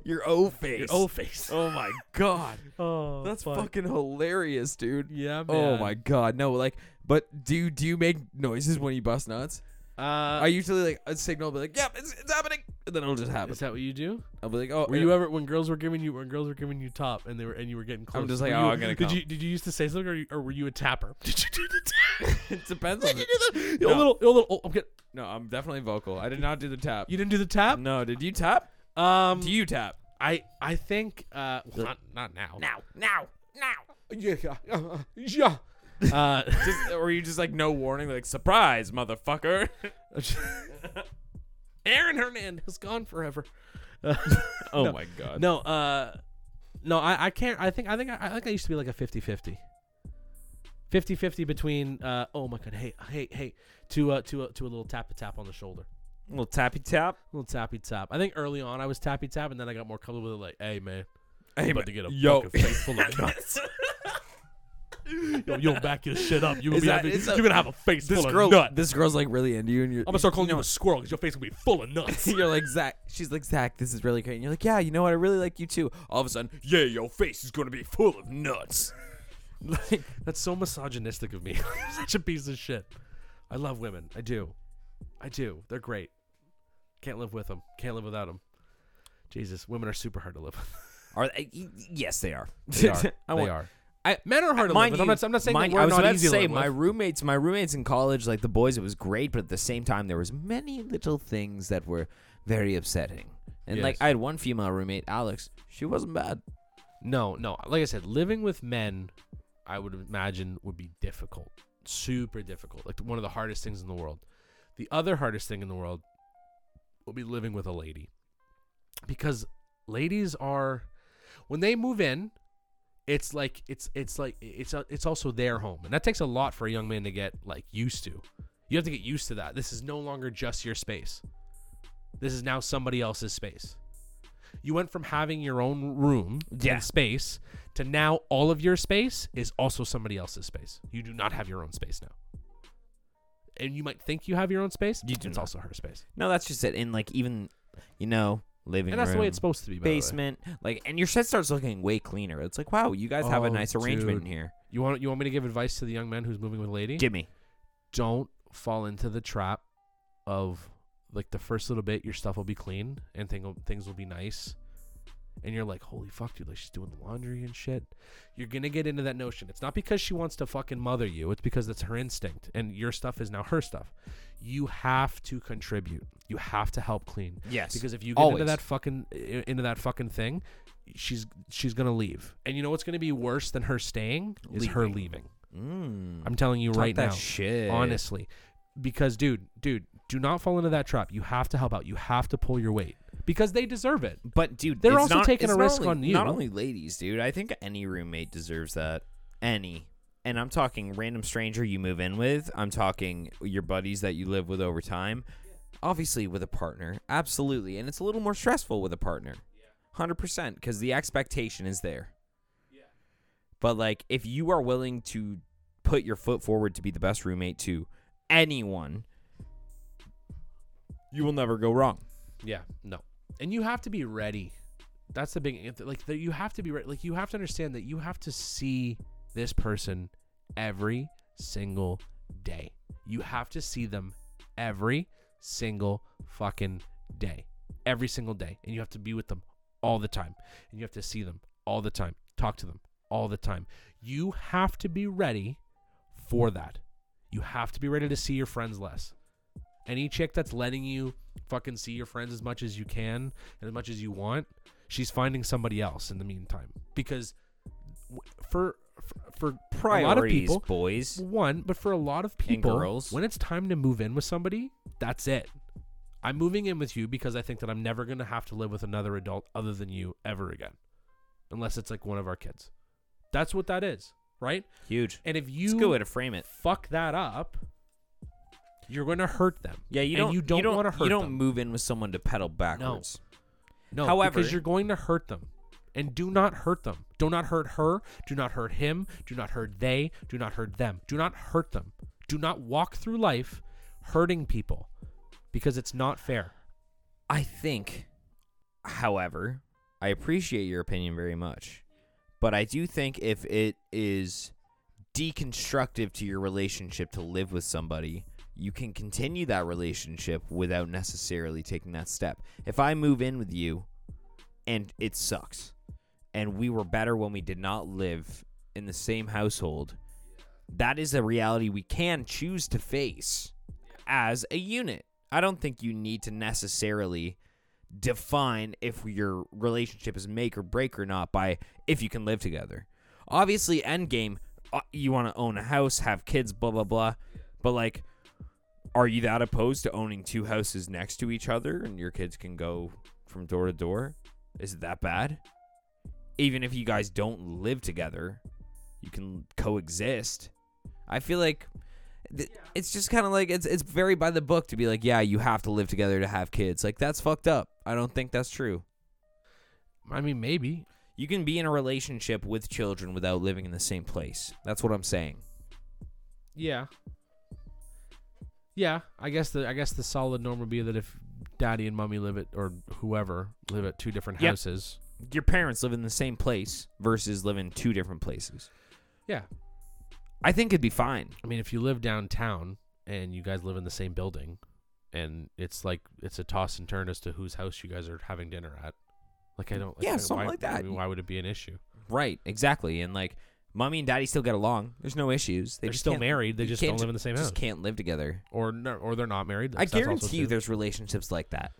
S3: Your O face.
S2: face.
S3: Oh my god.
S2: Oh,
S3: That's fucking hilarious, dude.
S2: Yeah, man.
S3: Oh my god. No, like, but do do you make noises when you bust nuts?
S2: Uh,
S3: I usually like a signal, be like, "Yep, it's, it's happening," and then it'll just happen.
S2: is that what you do?
S3: I'll be like, "Oh,
S2: Were
S3: and-
S2: you ever when girls were giving you when girls were giving you top and they were and you were getting close?
S3: just like,
S2: were
S3: "Oh,
S2: you-
S3: I'm gonna
S2: Did
S3: come."
S2: you did you used to say something or, you, or were you a tapper? Did you do the tap?
S3: it depends on."
S2: Did you
S3: it.
S2: do the
S3: No.
S2: a little, a little? Oh, I'm getting,
S3: No, I'm definitely vocal. I did not do the tap.
S2: you didn't do the tap?
S3: no, did you tap?
S2: Um,
S3: Do you tap?
S2: I I think uh, well, not not now. Now, now, now. Yeah, yeah, yeah. yeah. Uh,
S3: Just, or you just like no warning, like surprise, motherfucker.
S2: Aaron Hernandez gone forever. Uh,
S3: oh
S2: No.
S3: my god.
S2: No, uh, no, I, I can't. I think I think I, I think I used to be like a 50-50. 50-50 between uh, oh my god, hey hey hey, to uh, to uh, to a little tap a tap on the shoulder,
S3: Little tappy tap.
S2: a little tappy tap. I think early on I was tappy tap, and then I got more comfortable with it. Like, hey man,
S3: Hey,
S2: about
S3: but
S2: to get a
S3: yo.
S2: fucking face full of nuts. yo, you'll back your shit up. You gonna
S3: Is
S2: be
S3: that-
S2: having,
S3: is that-
S2: you're gonna have a face
S3: this
S2: full
S3: girl,
S2: of nuts.
S3: this girl's like really into you, and you're,
S2: I'm gonna start calling you a squirrel because your face will be full of nuts.
S3: you're like Zach. She's like Zach. This is really great. And you're like, yeah, you know what? I really like you too. All of a sudden, yeah, your face is gonna be full of nuts. like,
S2: That's so misogynistic of me. I'm Such a piece of shit. I love women. I do. I do. They're great. Can't live with them. Can't live without them. Jesus, women are super hard to live with.
S3: are they- yes, they are.
S2: They are. they
S3: I want-
S2: are.
S3: I,
S2: Men are hard to live
S3: Mind
S2: with.
S3: you,
S2: I'm not, I'm not saying
S3: mind
S2: that
S3: you,
S2: we're
S3: I was
S2: not
S3: about to
S2: easy to
S3: say
S2: live
S3: my
S2: with.
S3: roommates, my roommates in college, like the boys, it was great, but at the same time, there was many little things that were very upsetting. And like,
S2: Yes.
S3: I had one female roommate, Alex. She wasn't bad.
S2: No, no. Like I said, living with men, I would imagine, would be difficult. Super difficult. Like one of the hardest things in the world. The other hardest thing in the world will be living with a lady. Because ladies are when they move in, it's like it's it's like it's a, it's also their home. And that takes a lot for a young man to get like used to. You have to get used to that. This is no longer just your space. This is now somebody else's space. You went from having your own room
S3: Yeah.
S2: and space to now all of your space is also somebody else's space. You do not have your own space now. And you might think you have your own space.
S3: You do
S2: it's
S3: not.
S2: also her space.
S3: No, that's just it. And like, even you know, living
S2: And that's the way
S3: room,
S2: it's supposed to be, by the way.
S3: basement, like, and your set starts looking way cleaner. It's like, wow, you guys have a
S2: Oh,
S3: nice arrangement
S2: dude.
S3: in here.
S2: You want you want me to give advice to the young man who's moving with a lady?
S3: Give me.
S2: Don't fall into the trap of like the first little bit, your stuff will be clean and thing, things will be nice, and you're like, holy fuck, dude, like she's doing the laundry and shit. You're gonna get into that notion. It's not because she wants to fucking mother you. It's because it's her instinct, and your stuff is now her stuff. You have to contribute. You have to help clean.
S3: Yes.
S2: Because if you get
S3: Always.
S2: into that fucking i- into that fucking thing, she's she's gonna leave. And you know what's gonna be worse than her staying is her leaving.
S3: Mm.
S2: I'm telling you
S3: Talk
S2: right
S3: that
S2: now.
S3: shit.
S2: Honestly. Because dude, dude, do not fall into that trap. You have to help out. You have to pull your weight. Because they deserve it.
S3: But dude,
S2: They're
S3: it's
S2: also
S3: not-
S2: taking
S3: it's
S2: a
S3: not
S2: risk
S3: only-
S2: on you.
S3: Not only ladies, dude. I think any roommate deserves that. Any. And I'm talking random stranger you move in with. I'm talking your buddies that you live with over time. Obviously, with a partner, absolutely, and it's a little more stressful with a partner. Hundred percent, because the expectation is there. But like, if you are willing to put your foot forward to be the best roommate to anyone, you will never go wrong.
S2: Yeah, no. And you have to be ready. That's the big like that you have to be ready. Like you have to understand that you have to see this person every single day. You have to see them every single fucking day. Every single day. And you have to be with them all the time. And you have to see them all the time. Talk to them all the time. You have to be ready for that. You have to be ready to see your friends less any chick that's letting you fucking see your friends as much as you can and as much as you want, she's finding somebody else in the meantime. Because w- for for, for a lot of
S3: Priorities,
S2: people,
S3: boys.
S2: one, but for a lot of people,
S3: girls.
S2: when it's time to move in with somebody, that's it. I'm moving in with you because I think that I'm never going to have to live with another adult other than you ever again. Unless it's like one of our kids. That's what that is, right?
S3: Huge.
S2: And if you
S3: It's a good way to frame it.
S2: fuck that up, you're going to hurt them.
S3: Yeah, you
S2: And
S3: don't.
S2: you don't wanna
S3: You
S2: hurt
S3: don't
S2: them.
S3: move in with someone to pedal backwards.
S2: No,
S3: However-
S2: because you're going to hurt them. And do not hurt them. Do not hurt her. Do not hurt him. Do not hurt they. Do not hurt them. Do not hurt them. Do not walk through life hurting people because it's not fair.
S3: I think, however, I appreciate your opinion very much, but I do think if it is deconstructive to your relationship to live with somebody, you can continue that relationship without necessarily taking that step. If I move in with you and it sucks, and we were better when we did not live in the same household, that is a reality we can choose to face as a unit. I don't think you need to necessarily define if your relationship is make or break or not by if you can live together. Obviously, endgame, uh, you want to own a house, have kids, blah, blah, blah. But, like, are you that opposed to owning two houses next to each other and your kids can go from door to door? Is it that bad? Even if you guys don't live together, you can coexist. I feel like th- it's just kind of like it's it's very by the book to be like, yeah, you have to live together to have kids. Like that's fucked up. I don't think that's true.
S2: I mean, maybe.
S3: You can be in a relationship with children without living in the same place. That's what I'm saying.
S2: Yeah. Yeah, I guess the I guess the solid norm would be that if daddy and mommy live at or whoever live at two different
S3: Yep.
S2: houses.
S3: Your parents live in the same place versus live in two different places.
S2: Yeah.
S3: I think it'd be fine.
S2: I mean, if you live downtown and you guys live in the same building, and it's like it's a toss and turn as to whose house you guys are having dinner at. Like I don't. Like,
S3: Yeah,
S2: I-
S3: something
S2: why-
S3: like
S2: I
S3: that.
S2: mean, why would it be an issue?
S3: Right, exactly. And like mommy and daddy still get along. There's no issues. They
S2: They are
S3: just
S2: still
S3: can't-
S2: married. They
S3: you
S2: just
S3: can't
S2: don't
S3: ju-
S2: live in the same house,
S3: Just can't live together.
S2: or no, or they're not married.
S3: I
S2: that's- that's also
S3: guarantee you,
S2: true.
S3: there's relationships like that.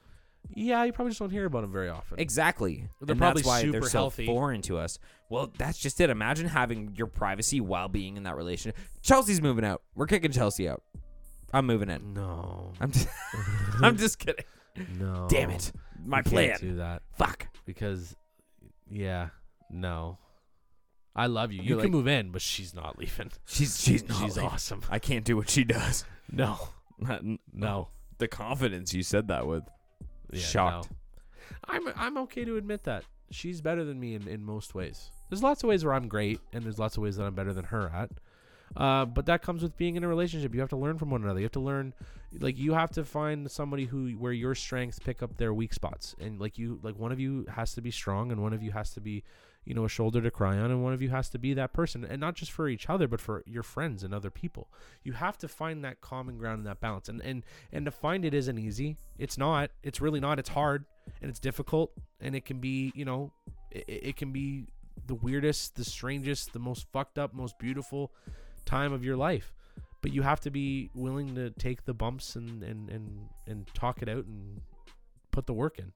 S2: Yeah, you probably just don't hear about them very often.
S3: Exactly.
S2: They're
S3: and
S2: probably
S3: that's why
S2: super
S3: they're so
S2: healthy.
S3: foreign to us. Well, that's just it. Imagine having your privacy while being in that relationship. Chelsea's moving out. We're kicking Chelsea out. I'm moving in.
S2: no,
S3: I'm just, I'm just kidding.
S2: no.
S3: Damn it. My
S2: Oh, You can't
S3: plan.
S2: Do that
S3: Fuck.
S2: because, yeah, no. I love you. You
S3: You're
S2: can
S3: like-
S2: move in, but she's not leaving.
S3: She's she's not
S2: she's
S3: leaving.
S2: awesome.
S3: I can't do what she does.
S2: No, no.
S3: The confidence you said that with.
S2: Yeah,
S3: Shocked.
S2: no. I'm I'm okay to admit that she's better than me in, in most ways. There's lots of ways where I'm great, and there's lots of ways that I'm better than her at. Uh, but that comes with being in a relationship. You have to learn from one another. You have to learn, like you have to find somebody who where your strengths pick up their weak spots, and like you, like one of you has to be strong, and one of you has to be, you know, a shoulder to cry on, and one of you has to be that person, and not just for each other, but for your friends and other people. You have to find that common ground and that balance, and and and to find it isn't easy. It's not. It's really not. It's hard and it's difficult, and it can be, you know, it, it can be the weirdest, the strangest, the most fucked up, most beautiful time of your life. But you have to be willing to take the bumps and and and and talk it out and put the work in.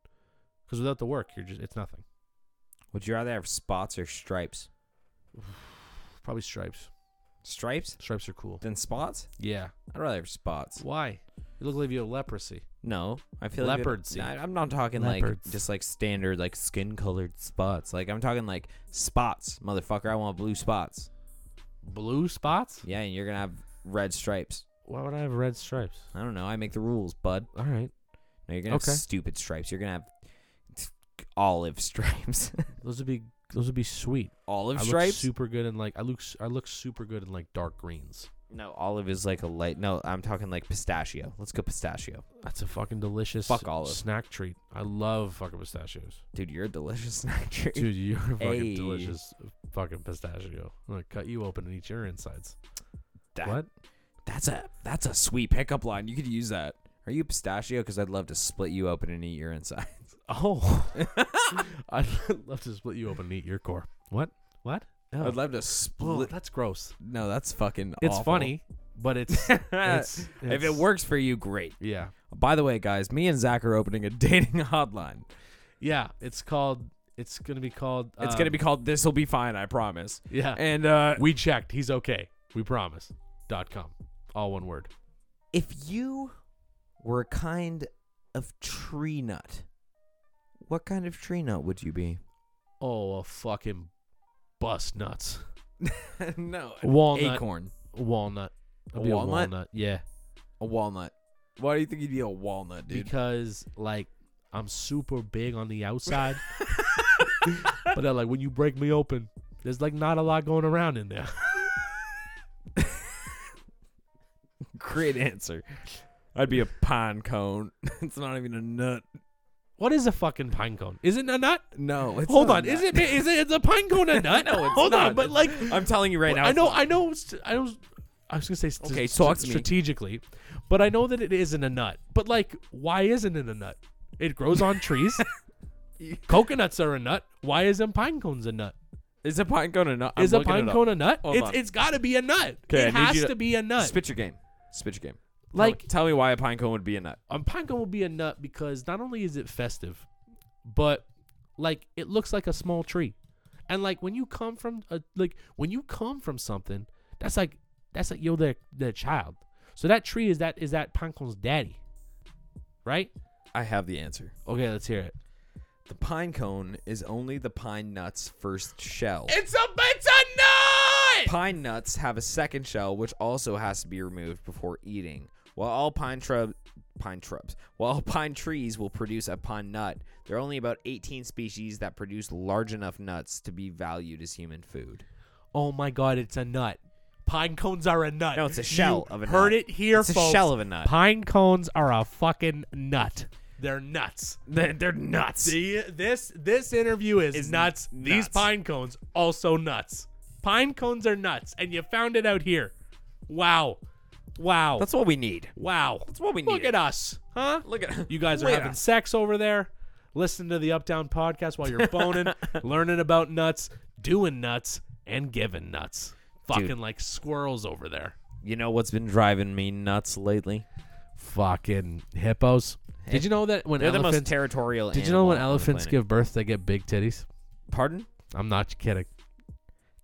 S2: Because without the work, you're just it's nothing.
S3: Would you rather have spots or stripes?
S2: Probably stripes.
S3: Stripes?
S2: Stripes are cool.
S3: Then spots?
S2: Yeah.
S3: I'd rather have spots.
S2: Why? You look like you have leprosy.
S3: No, I feel
S2: Leopard
S3: like
S2: seed.
S3: I, I'm not talking
S2: Leopards.
S3: like just like standard like skin colored spots. Like I'm talking like spots, motherfucker. I want blue spots.
S2: Blue spots?
S3: Yeah, and you're gonna have red stripes.
S2: Why would I have red stripes?
S3: I don't know. I make the rules, bud.
S2: All right.
S3: No, you're gonna
S2: Okay.
S3: have stupid stripes. You're gonna have t- olive stripes.
S2: Those would be those would be sweet.
S3: olive
S2: I look
S3: stripes?
S2: super good in like I look s- I look super good in like dark greens.
S3: no, olive is like a light. No, I'm talking like pistachio. Let's go pistachio,
S2: That's a fucking delicious
S3: Fuck olive.
S2: snack treat. I love fucking pistachios.
S3: dude. You're a delicious snack treat.
S2: Dude, you're a fucking
S3: Hey.
S2: delicious fucking pistachio. I'm gonna cut you open and eat your insides.
S3: That-
S2: what?
S3: That's a that's a sweet pickup line. You could use that. Are you a pistachio? Because I'd love to split you open and eat your inside.
S2: Oh, I'd love to split you open and eat your core. What? What? No.
S3: I'd love to
S2: Oh,
S3: split.
S2: that's gross.
S3: No, that's fucking.
S2: It's
S3: awful.
S2: funny, but it's, it's,
S3: if it
S2: it's-
S3: works for you, great.
S2: Yeah,
S3: By the way, guys, me and Zach are opening a dating hotline.
S2: yeah. It's called. It's gonna be called.
S3: It's gonna
S2: um,
S3: be called "This Will Be Fine," I promise.
S2: Yeah.
S3: And uh,
S2: we checked. He's okay. We promise. Dot com. All one word.
S3: if you were a kind of tree nut, what kind of tree nut would you be?
S2: Oh, a fucking bust nuts.
S3: no,
S2: Walnut.
S3: acorn,
S2: Walnut.
S3: A
S2: I'd be
S3: walnut?
S2: Yeah.
S3: a walnut. Why do you think you'd be a walnut, dude?
S2: Because like I'm super big on the outside, but then, like when you break me open, there's like not a lot going around in there.
S3: Great answer. I'd be a pine cone. it's not even a nut.
S2: What is a fucking pine cone? Is it a nut?
S3: No, it's
S2: Hold
S3: not
S2: on,
S3: a nut.
S2: is it is it is a pine cone a nut?
S3: No, it's
S2: Hold
S3: not.
S2: on, but like
S3: I'm telling you right now.
S2: I
S3: it's
S2: know
S3: not.
S2: I know st- I was I was gonna say st-
S3: Okay,
S2: st-
S3: talk to me.
S2: strategically, but I know that it isn't a nut. But like, why isn't it a nut? It grows on trees. Coconuts are a nut. Why isn't pine cones a nut?
S3: Is a pine cone a nut? I'm
S2: is a
S3: looking
S2: pine
S3: it up.
S2: cone a nut?
S3: Hold
S2: it's
S3: on.
S2: it's got to be a nut.
S3: 'Kay, I
S2: it
S3: need
S2: has
S3: you
S2: to,
S3: to-
S2: be a nut.
S3: Spit your game. Spit your game. Tell me-
S2: like
S3: tell me, why a pine cone would be a nut.
S2: a pine cone will be a nut because not only is it festive, but like it looks like a small tree, and like when you come from a, like when you come from something, that's like that's like you're their their child. So that tree is that is that pine cone's daddy, right?
S3: I have the answer.
S2: Okay, let's hear it.
S3: The pine cone is only the pine nut's first shell.
S2: It's a it's a nut.
S3: Pine nuts have a second shell, which also has to be removed before eating. While all pine shrub, pine shrubs, while all pine trees will produce a pine nut, there are only about 18 species that produce large enough nuts to be valued as human food.
S2: Oh my god, it's a nut. Pine cones are a nut.
S3: No, it's a
S2: You
S3: shell of a
S2: Heard
S3: nut.
S2: it here,
S3: It's a
S2: folks.
S3: shell of a nut.
S2: Pine cones are a fucking nut. They're nuts.
S3: They're, they're nuts.
S2: See, this this interview is,
S3: Is
S2: nuts.
S3: nuts.
S2: These pine cones also nuts. Pine cones are nuts, and you found it out here. Wow, wow,
S3: That's what we need.
S2: wow.
S3: That's what we
S2: Look
S3: needed.
S2: at us, huh?
S3: Look at
S2: You guys are
S3: Look at
S2: having
S3: us.
S2: sex over there. Listen to the Up Down podcast while you're boning, learning about nuts, doing nuts, and giving nuts. Fucking like squirrels over there.
S3: You know what's been driving me nuts lately?
S2: Fucking hippos. Did you know that when
S3: They're the most
S2: elephants?
S3: territorial.
S2: did you know when
S3: animal on the
S2: elephants
S3: planet.
S2: give birth, they get big titties?
S3: Pardon?
S2: I'm not kidding.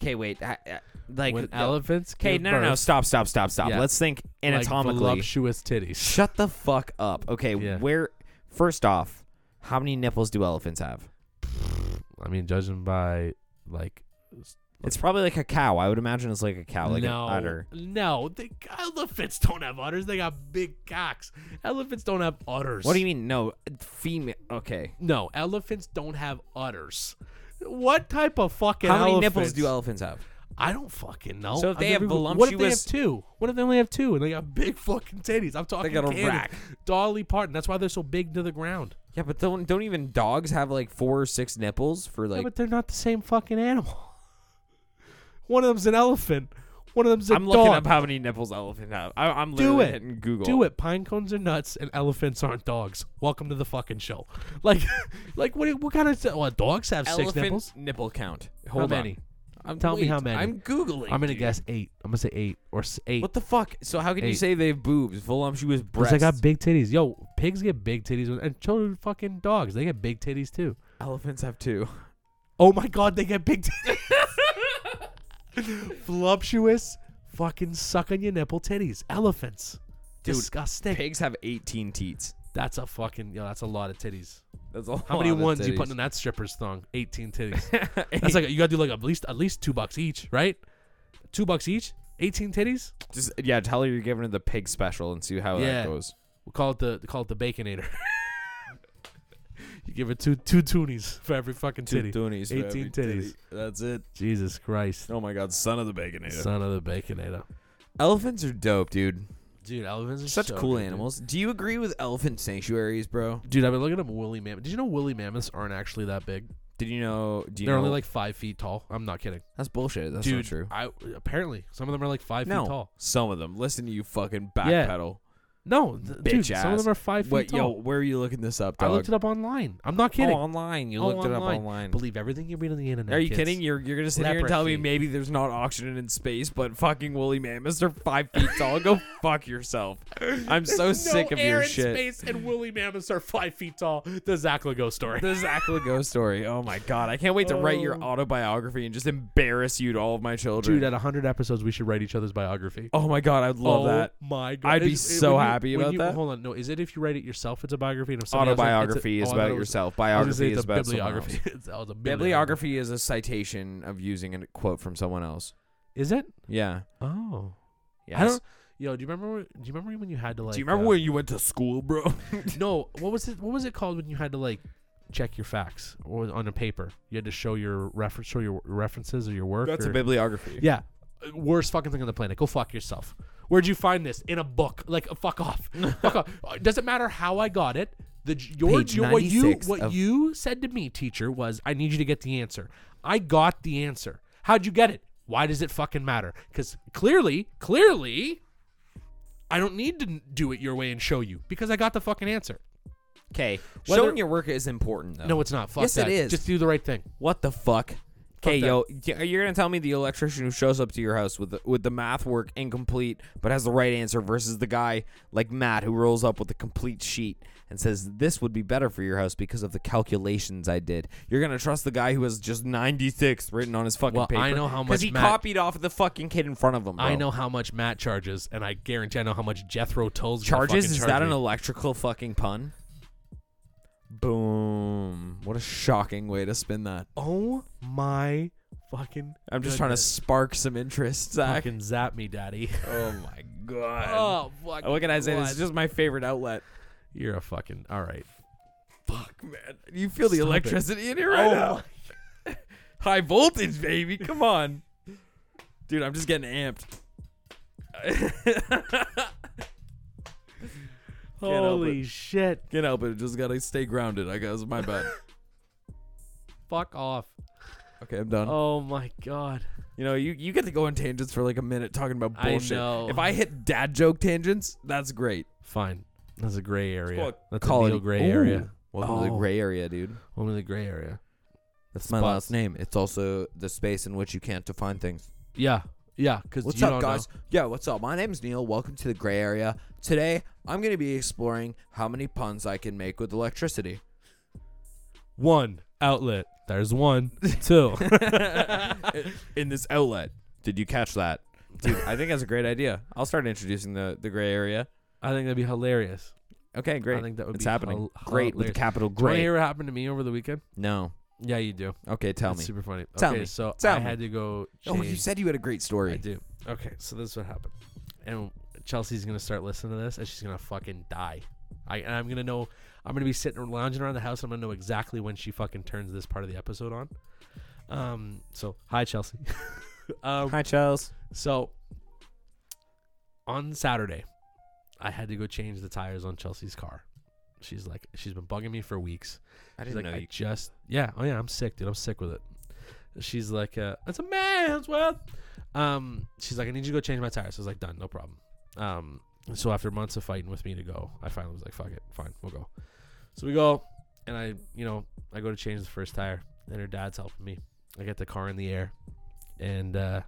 S3: Okay, wait. I, I, like
S2: when elephants
S3: Okay,
S2: give
S3: no, no, no.
S2: birth,
S3: Stop, stop, stop, stop.
S2: Yeah.
S3: Let's think
S2: like
S3: anatomically.
S2: voluptuous titties.
S3: Shut the fuck up. Okay,
S2: Yeah.
S3: where? First off, how many nipples do elephants have?
S2: I mean, judging by like,
S3: It's probably like a cow. I would imagine it's like a cow, like
S2: no,
S3: an udder.
S2: no, the elephants don't have udders. They got big cocks. Elephants don't have udders.
S3: What do you mean? No, female. Okay.
S2: No, elephants don't have udders. What type of fucking
S3: how many nipples
S2: elephants-
S3: do elephants have?
S2: I don't fucking know.
S3: So if
S2: I've
S3: they have
S2: never even- what if they have
S3: voluptuous-
S2: two? What if they only have two and they got big fucking titties? I'm talking.
S3: got a
S2: cannon.
S3: rack.
S2: Dolly Parton. That's why they're so big to the ground.
S3: Yeah, but don't don't even dogs have like four or six nipples for
S2: Yeah,
S3: like?
S2: but they're not the same fucking animal. One of them's an elephant. One of them's a
S3: I'm
S2: dog.
S3: looking up how many nipples elephants have. I, I'm
S2: Do
S3: literally
S2: it.
S3: hitting Google.
S2: Do it. Pine cones are nuts, and elephants aren't dogs. Welcome to the fucking show. Like, like what? What kind of well, dogs have
S3: Elephant
S2: six nipples?
S3: nipple count.
S2: How
S3: Hold on.
S2: many?
S3: I'm,
S2: Tell me how many.
S3: I'm googling.
S2: I'm gonna
S3: dude.
S2: guess eight. I'm gonna say eight or s- eight.
S3: What the fuck? So how can you
S2: Eight.
S3: say they have boobs? Voluptuous
S2: Because
S3: breasts.
S2: they got big titties. Yo, pigs get big titties, when- and so do fucking dogs. They get big titties too.
S3: Elephants have two.
S2: Oh my god, they get big titties. Voluptuous, fucking suck on your nipple titties. Elephants.
S3: Dude,
S2: Disgusting.
S3: Pigs have 18 teats.
S2: That's a fucking yo. That's a lot of titties.
S3: That's all.
S2: How many ones you putting in that stripper's thong? Eighteen titties. That's like you gotta do like at least at least two bucks each, right? Two bucks each. Eighteen titties.
S3: Just yeah, tell her you're giving her the pig special and see how
S2: Yeah.
S3: that goes.
S2: We'll call it the call it the baconator. you give it two two toonies for every fucking titty.
S3: toonies,
S2: 18
S3: for every
S2: titties.
S3: That's it.
S2: Jesus Christ,
S3: Oh my god, son of the baconator.
S2: son of the baconator.
S3: Elephants are dope, dude.
S2: Dude, elephants are
S3: Such
S2: so
S3: cool
S2: good, dude.
S3: animals. Do you agree with elephant sanctuaries, bro?
S2: Dude, I've been looking up woolly mammoth. Did you know woolly mammoths aren't actually that big?
S3: Did you know? Do you
S2: They're
S3: know,
S2: only like five feet tall. I'm not kidding.
S3: that's bullshit. That's
S2: Dude,
S3: not true.
S2: I apparently some of them are like five
S3: no,
S2: feet tall.
S3: some of them. Listen to you fucking
S2: Yeah.
S3: backpedal.
S2: No, th- dude,
S3: Bitch
S2: some of
S3: ass.
S2: them are five
S3: Wait,
S2: feet tall.
S3: yo, where are you looking this up,
S2: I
S3: dog?
S2: looked it up online. I'm not
S3: Oh,
S2: kidding.
S3: online. You
S2: Oh,
S3: looked it up
S2: online.
S3: online.
S2: Believe everything you read on the internet.
S3: Are you
S2: kids.
S3: kidding? You're you're gonna sit here and tell me
S2: Leprosy.
S3: maybe there's not oxygen in space, but fucking woolly mammoths are five feet tall. Go fuck yourself. I'm so sick of your shit.
S2: space and woolly mammoths are five feet tall. The Zach Lego story.
S3: The Zach Lego story. Oh my god, I can't wait to write your
S2: Oh.
S3: autobiography and just embarrass you to all of my children.
S2: Dude, at 100 episodes, we should write each other's biography.
S3: oh my god, I'd love that.
S2: my god.
S3: I'd be
S2: It's- it-
S3: so
S2: when you-
S3: happy
S2: When
S3: about
S2: you-
S3: that.
S2: Hold on, no, is it if you write it yourself? It's a biography. And if somebody else- it's a-
S3: Autobiography is
S2: oh, I thought
S3: about
S2: it was-
S3: yourself.
S2: I was gonna say
S3: Biography
S2: it's
S3: is
S2: a
S3: about someone else.
S2: bibliography. it's, oh, it's a bibliography.
S3: Bibliography is a citation of using a quote from someone else.
S2: Is it?
S3: Yeah.
S2: Oh,
S3: Yes.
S2: I don't. Yo, do you remember? when- Do you remember when you had to like?
S3: Do you remember
S2: uh,
S3: when you went to school, bro?
S2: No, what was it? What was it called when you had to like check your facts or on a paper? You had to show your reference, show your references or your work.
S3: That's a
S2: or-
S3: bibliography.
S2: Yeah, Uh, worst fucking thing on the planet. Go fuck yourself. Where'd you find this? In a book. Like uh, fuck off. fuck off. Uh, Doesn't matter how I got it. The j- your,
S3: Page
S2: your what you
S3: 96
S2: what
S3: of-
S2: you said to me, teacher, was I need you to get the answer. I got the answer. How'd you get it? Why does it fucking matter? Because clearly, clearly, I don't need to n- do it your way and show you because I got the fucking answer.
S3: Okay.
S2: Whether-
S3: Showing your work is important, though.
S2: No, it's not. Fuck
S3: Yes, it
S2: that.
S3: is.
S2: Just do the right thing.
S3: What the fuck? Okay,
S2: that.
S3: yo, y- uh, you're gonna tell me the electrician who shows up to your house with the, with the math work incomplete but has the right answer versus the guy like Matt who rolls up with a complete sheet and says this would be better for your house because of the calculations I did. You're gonna trust the guy who has just 96 written on his fucking
S2: Well,
S3: paper?
S2: I know how
S3: because
S2: much
S3: he
S2: Matt-
S3: copied off of the fucking kid in front of him.
S2: I
S3: bro.
S2: know how much Matt charges, and I guarantee I know how much Jethro Tull's gonna
S3: charges.
S2: fucking
S3: Is
S2: charge
S3: that
S2: me.
S3: an electrical fucking pun? Boom! What a shocking way to spin that.
S2: Oh my fucking!
S3: I'm just trying to
S2: goodness.
S3: spark some interest, Zach.
S2: fucking zap me, daddy.
S3: Oh my god.
S2: Oh fuck!
S3: I look at Isaiah. This is just my favorite outlet.
S2: You're a fucking all right.
S3: Fuck, man. You feel the
S2: Stop it.
S3: electricity in here right
S2: Oh
S3: now. High voltage, baby. Come on. Dude, I'm just getting amped. help
S2: Holy
S3: it.
S2: shit!
S3: Can't help it. Just gotta stay grounded. I guess my bad.
S2: Fuck off!
S3: Okay, I'm done.
S2: Oh my god!
S3: You know, you, you get to go on tangents for like a minute talking about
S2: I
S3: bullshit.
S2: know.
S3: If I hit dad joke tangents, that's great.
S2: Fine. That's a gray area.
S3: called-
S2: That's
S3: call
S2: a
S3: it-
S2: Neil gray
S3: Ooh.
S2: area.
S3: Welcome to the
S2: Oh.
S3: gray area, dude.
S2: Only the gray area.
S3: That's
S2: my last
S3: name. It's also the space in which you can't define things.
S2: Yeah, yeah. Because
S3: What's
S2: you
S3: up,
S2: don't
S3: guys?
S2: Know.
S3: Yeah, what's up? My name's Neil. Welcome to the gray area. Today, I'm going to be exploring how many puns I can make with electricity.
S2: One outlet. There's one. Two.
S3: In this outlet. Did you catch that? Dude, I think that's a great idea. I'll start introducing the, the gray area.
S2: I think that'd be hilarious.
S3: Okay, great.
S2: I think that would
S3: it's
S2: be
S3: happening.
S2: hel-
S3: great with the
S2: hilarious.
S3: capital
S2: Do you wanna
S3: gray.
S2: hear what happened to me over the weekend?
S3: No.
S2: Yeah, you do.
S3: Okay, tell
S2: It's
S3: me.
S2: super funny.
S3: Tell
S2: okay,
S3: me.
S2: so
S3: Tell
S2: I
S3: me.
S2: had to go.
S3: Oh, you
S2: change-
S3: said you had a great
S2: I
S3: story.
S2: do. Okay, so this is what happened, and Chelsea's gonna start listening to this, and she's gonna fucking die. I and I'm gonna know. I'm gonna be sitting or lounging around the house, and I'm gonna know exactly when she fucking turns this part of the episode on. Um. So hi, Chelsea. um.
S3: Hi, Chels.
S2: So on Saturday, I had to go change the tires on Chelsea's car. She's like, she's been bugging me for weeks.
S3: I
S2: She's
S3: didn't
S2: like,
S3: know
S2: I
S3: you.
S2: just yeah, oh yeah, I'm sick, dude. I'm sick with it. She's like, uh, it's a man's world. Um, she's like, I need you to go change my tires. I was like, done, no problem. Um, so after months of fighting with me to go, I finally was like, fuck it, fine, we'll go. So we go, and I, you know, I go to change the first tire, and her dad's helping me. I get the car in the air, and uh,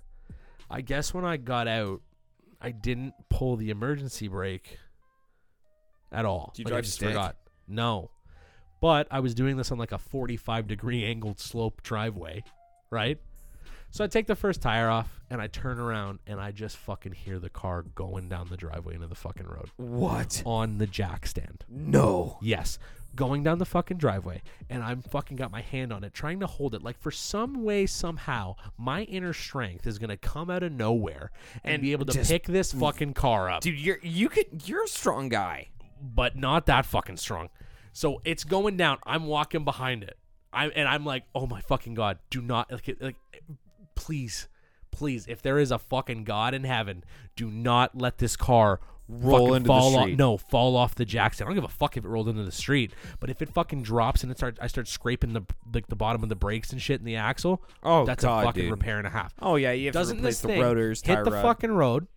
S2: I guess when I got out, I didn't pull the emergency brake at all.
S3: Did you
S2: Like, I
S3: drive
S2: just
S3: stick?
S2: forgot. No, but I was doing this on like a 45 degree angled slope driveway, right? So I take the first tire off and I turn around and I just fucking hear the car going down the driveway into the fucking road
S3: What?
S2: on the jack stand.
S3: No.
S2: Yes, going down the fucking driveway, and I'm fucking got my hand on it, trying to hold it. Like for some way, somehow, my inner strength is gonna come out of nowhere and,
S3: And
S2: be able to
S3: just-
S2: pick this fucking car up,
S3: Dude, you're you could you're a strong guy.
S2: but not that fucking strong. So it's going down. I'm walking behind it. I'm and I'm like, oh my fucking god, do not like, it- like please, please, if there is a fucking god in heaven, do not let this car
S3: Roll
S2: fucking
S3: into the
S2: fall off.
S3: street.
S2: No, fall off the jackson. I don't give a fuck if it rolled into the street, but if it fucking drops and it starts, I start scraping the like the bottom of the brakes and shit in the axle.
S3: Oh,
S2: that's
S3: God,
S2: a fucking
S3: dude.
S2: repair and a half.
S3: Oh yeah, you have
S2: Doesn't
S3: to replace
S2: this
S3: the
S2: thing
S3: rotors,
S2: hit
S3: tire
S2: the
S3: rod.
S2: fucking road,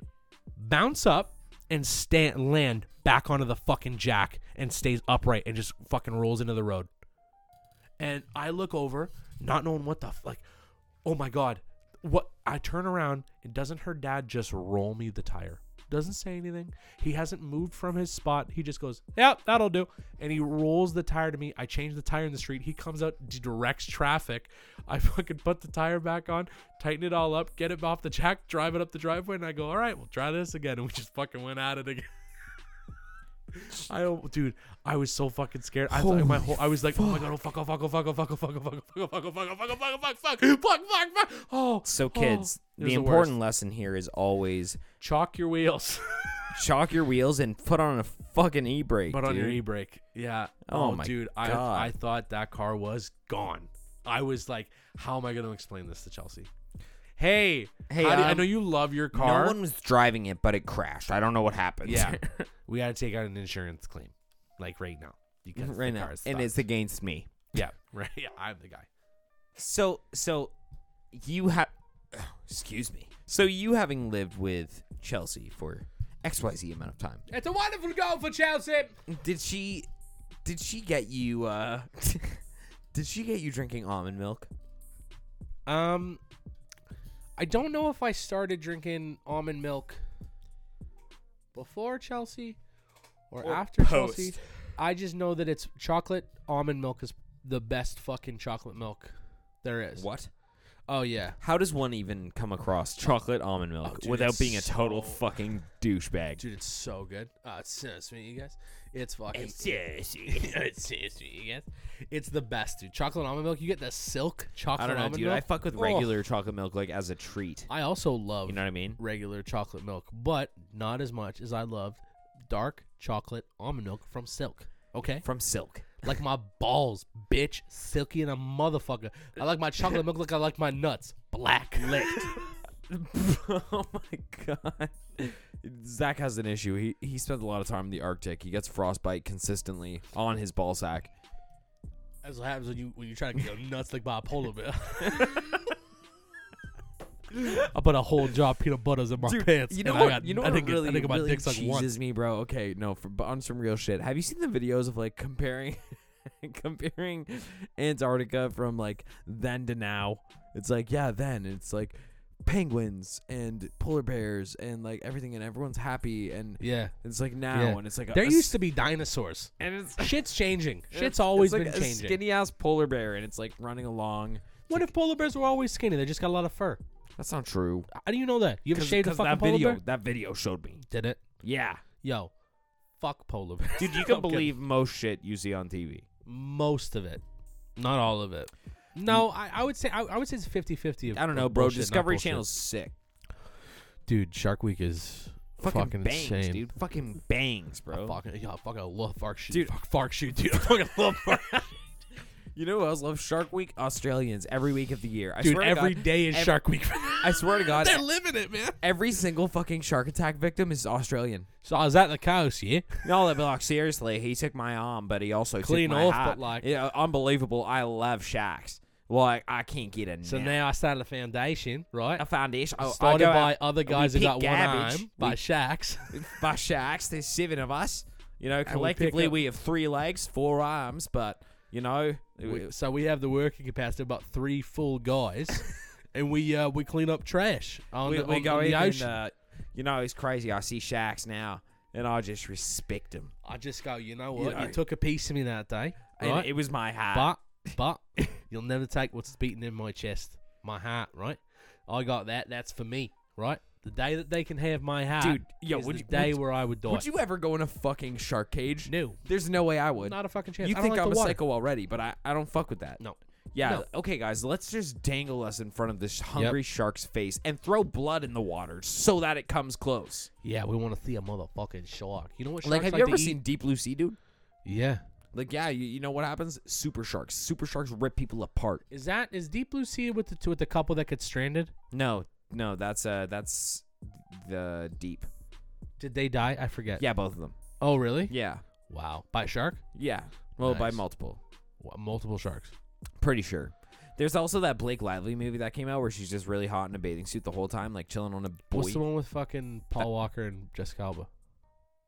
S2: bounce up, and stand land back onto the fucking jack and stays upright and just fucking rolls into the road? And I look over, not knowing what the f- like. Oh my god, what? I turn around and doesn't her dad just roll me the tire? Doesn't say anything. He hasn't moved from his spot. He just goes, "Yep, that'll do," and he rolls the tire to me. I change the tire in the street. He comes out, d- directs traffic. I fucking put the tire back on, tighten it all up, get it off the jack, drive it up the driveway, and I go, "All right, we'll try this again." And we just fucking went at it again. I don't, dude. I was so fucking scared. I thought my whole, I was like, oh my god, oh fuck, oh fuck, oh fuck, oh fuck, oh fuck, oh fuck, oh fuck, oh fuck, oh fuck, oh fuck, oh fuck, fuck, fuck, fuck, fuck, fuck. Oh,
S3: So,
S2: oh,
S3: kids,
S2: it was
S3: the
S2: worst.
S3: important lesson here is always
S2: chalk your wheels,
S3: chalk your wheels and put on a fucking e brake.
S2: but on your e brake. Yeah.
S3: Oh my
S2: dude,
S3: God.
S2: I I thought that car was gone. I was like, how am I gonna explain this to Chelsea? Hey,
S3: Hey,
S2: how do- I
S3: um,
S2: know you love your car.
S3: No one was driving it, but it crashed. I don't know what happened.
S2: Yeah, we gotta take out an insurance claim, like right now, because the
S3: right now,
S2: car is
S3: and
S2: stuck.
S3: it's against me.
S2: yeah, right. Yeah, I'm the guy.
S3: So, so you have, excuse me. So you having lived with Chelsea for X Y Z amount of time,
S2: It's a wonderful goal for Chelsea.
S3: did she, did she get you? uh Did she get you drinking almond milk?
S2: Um, I don't know if I started drinking almond milk before Chelsea or,
S3: Or
S2: after
S3: post.
S2: Chelsea. I just know that it's chocolate almond milk is the best fucking chocolate milk there is.
S3: What?
S2: Oh yeah.
S3: How does one even come across chocolate almond milk
S2: Oh, dude,
S3: without
S2: it's
S3: being a total
S2: so-
S3: fucking douchebag?
S2: Dude, it's so good. Uh, it's seriously, you guys. It's fucking. It's you guys. It's the best, dude. Chocolate almond milk. You get the silk chocolate
S3: I don't know,
S2: almond
S3: dude.
S2: milk.
S3: I fuck with
S2: Oh.
S3: regular chocolate milk like as a treat.
S2: I also love
S3: You know what I mean?
S2: regular chocolate milk, but not as much as I loved dark chocolate almond milk from Silk. Okay,
S3: From Silk.
S2: like my balls, bitch, silky and a motherfucker. I like my chocolate milk like I like my nuts, black licked.
S3: oh my god. Zach has an issue. He he spends a lot of time in the Arctic. He gets frostbite consistently on his ball sack.
S2: That's what happens when you when you try to go nuts like bipolar bill. I put a whole jar of peanut butters in my pants.
S3: you know
S2: and
S3: what?
S2: I got,
S3: you know
S2: I
S3: what
S2: didn't get-
S3: really,
S2: I think my
S3: really
S2: dick's like
S3: cheeses
S2: once.
S3: me, bro. Okay, no, for, but on some real shit. Have you seen the videos of like comparing, comparing Antarctica from like then to now? It's like yeah, then it's like penguins and polar bears and like everything, and everyone's happy, and
S2: Yeah,
S3: it's like now,
S2: Yeah.
S3: and it's like
S2: there
S3: a,
S2: used to be dinosaurs.
S3: and it's
S2: Shit's changing. Shit's always
S3: like
S2: been
S3: a
S2: changing.
S3: Skinny ass polar bear, and it's like running along.
S2: What if polar bears were always skinny? They just got a lot of fur.
S3: That's not true.
S2: How do you know that? You ever shaved a fucking
S3: that
S2: polar
S3: video,
S2: bear?
S3: that video showed me.
S2: Did it?
S3: Yeah,
S2: Yo, fuck polar bear.
S3: dude, you
S2: I'm
S3: can
S2: kidding.
S3: believe most shit you see on TV.
S2: most of it, not all of it. No, I, I would say I, I would say it's 50-50 of-
S3: I don't
S2: of
S3: know, bro.
S2: bullshit, not
S3: Discovery
S2: bullshit.
S3: Channel's sick.
S2: dude. Shark Week is
S3: Fucking,
S2: fucking,
S3: bangs,
S2: insane.
S3: dude. Fucking bangs, bro.
S2: Fucking, yeah, fucking love Fark shoot,
S3: Dude.
S2: dude. Fuck Fark shoot, dude. I fucking love Fark.
S3: You know who else loves Shark Week? Australians every week of the year. I
S2: dude,
S3: swear
S2: every
S3: to God,
S2: day is
S3: ev-
S2: Shark Week.
S3: I swear to God,
S2: They're living it, man.
S3: every single fucking shark attack victim is Australian.
S2: So I was at the cows, yeah.
S3: No, they'd be like, seriously, he took my arm, but he also
S2: Clean
S3: took my
S2: off,
S3: heart.
S2: but like-
S3: yeah, unbelievable. I love sharks. Like, I can't get enough.
S2: So now I started a foundation, right?
S3: a foundation Oh, I- I
S2: Started
S3: go
S2: by
S3: out-
S2: other
S3: we
S2: guys who
S3: pick
S2: got one
S3: garbage.
S2: arm, by shacks.
S3: we, by sharks. There's seven of us. You know, collectively
S2: up-
S3: we have three legs, four arms, but you know,
S2: We- so we have the working capacity of about three full guys, and we uh, we clean up trash on
S3: we,
S2: the,
S3: we
S2: on-
S3: go
S2: on
S3: in
S2: the ocean.
S3: and uh, you know it's crazy. I see sharks now, and I just respect them.
S2: I just go, you know what? You,
S3: know.
S2: took a piece of me that day, right?
S3: And it was my heart.
S2: but but you'll never take what's beating in my chest, my heart, right? I got that. That's for me, right? The day that they can have my heart,
S3: Dude, yo,
S2: is
S3: would
S2: the
S3: you-
S2: day
S3: would-
S2: where I would die.
S3: would you ever go in a fucking shark cage?
S2: No.
S3: There's no way I would.
S2: Not a fucking chance.
S3: you
S2: I don't
S3: think
S2: like
S3: I'm
S2: the
S3: a
S2: water.
S3: psycho already, but I, I don't fuck with that.
S2: No.
S3: Yeah.
S2: No.
S3: Okay, guys, let's just dangle us in front of this hungry shark's face and throw blood in the water so that it comes close.
S2: Yeah, we want to see a motherfucking shark. You know what?
S3: like,
S2: sharks
S3: have
S2: like
S3: you
S2: to
S3: ever
S2: eat?
S3: seen Deep Blue Sea, dude?
S2: Yeah.
S3: Like, yeah, you, you know what happens? Super sharks. Super sharks rip people apart.
S2: Is that is Deep Blue Sea with the with the couple that gets stranded?
S3: No, no, that's uh, that's the deep.
S2: Did they die? I forget.
S3: Yeah, both of them.
S2: Oh, really?
S3: Yeah,
S2: Wow. By a shark?
S3: yeah. Well, by
S2: Nice.
S3: multiple.
S2: Wha- Multiple sharks.
S3: Pretty sure. There's also that Blake Lively movie that came out where she's just really hot in a bathing suit the whole time, like chilling on a buoy.
S2: What's the one with fucking Paul Walker and Jessica Alba?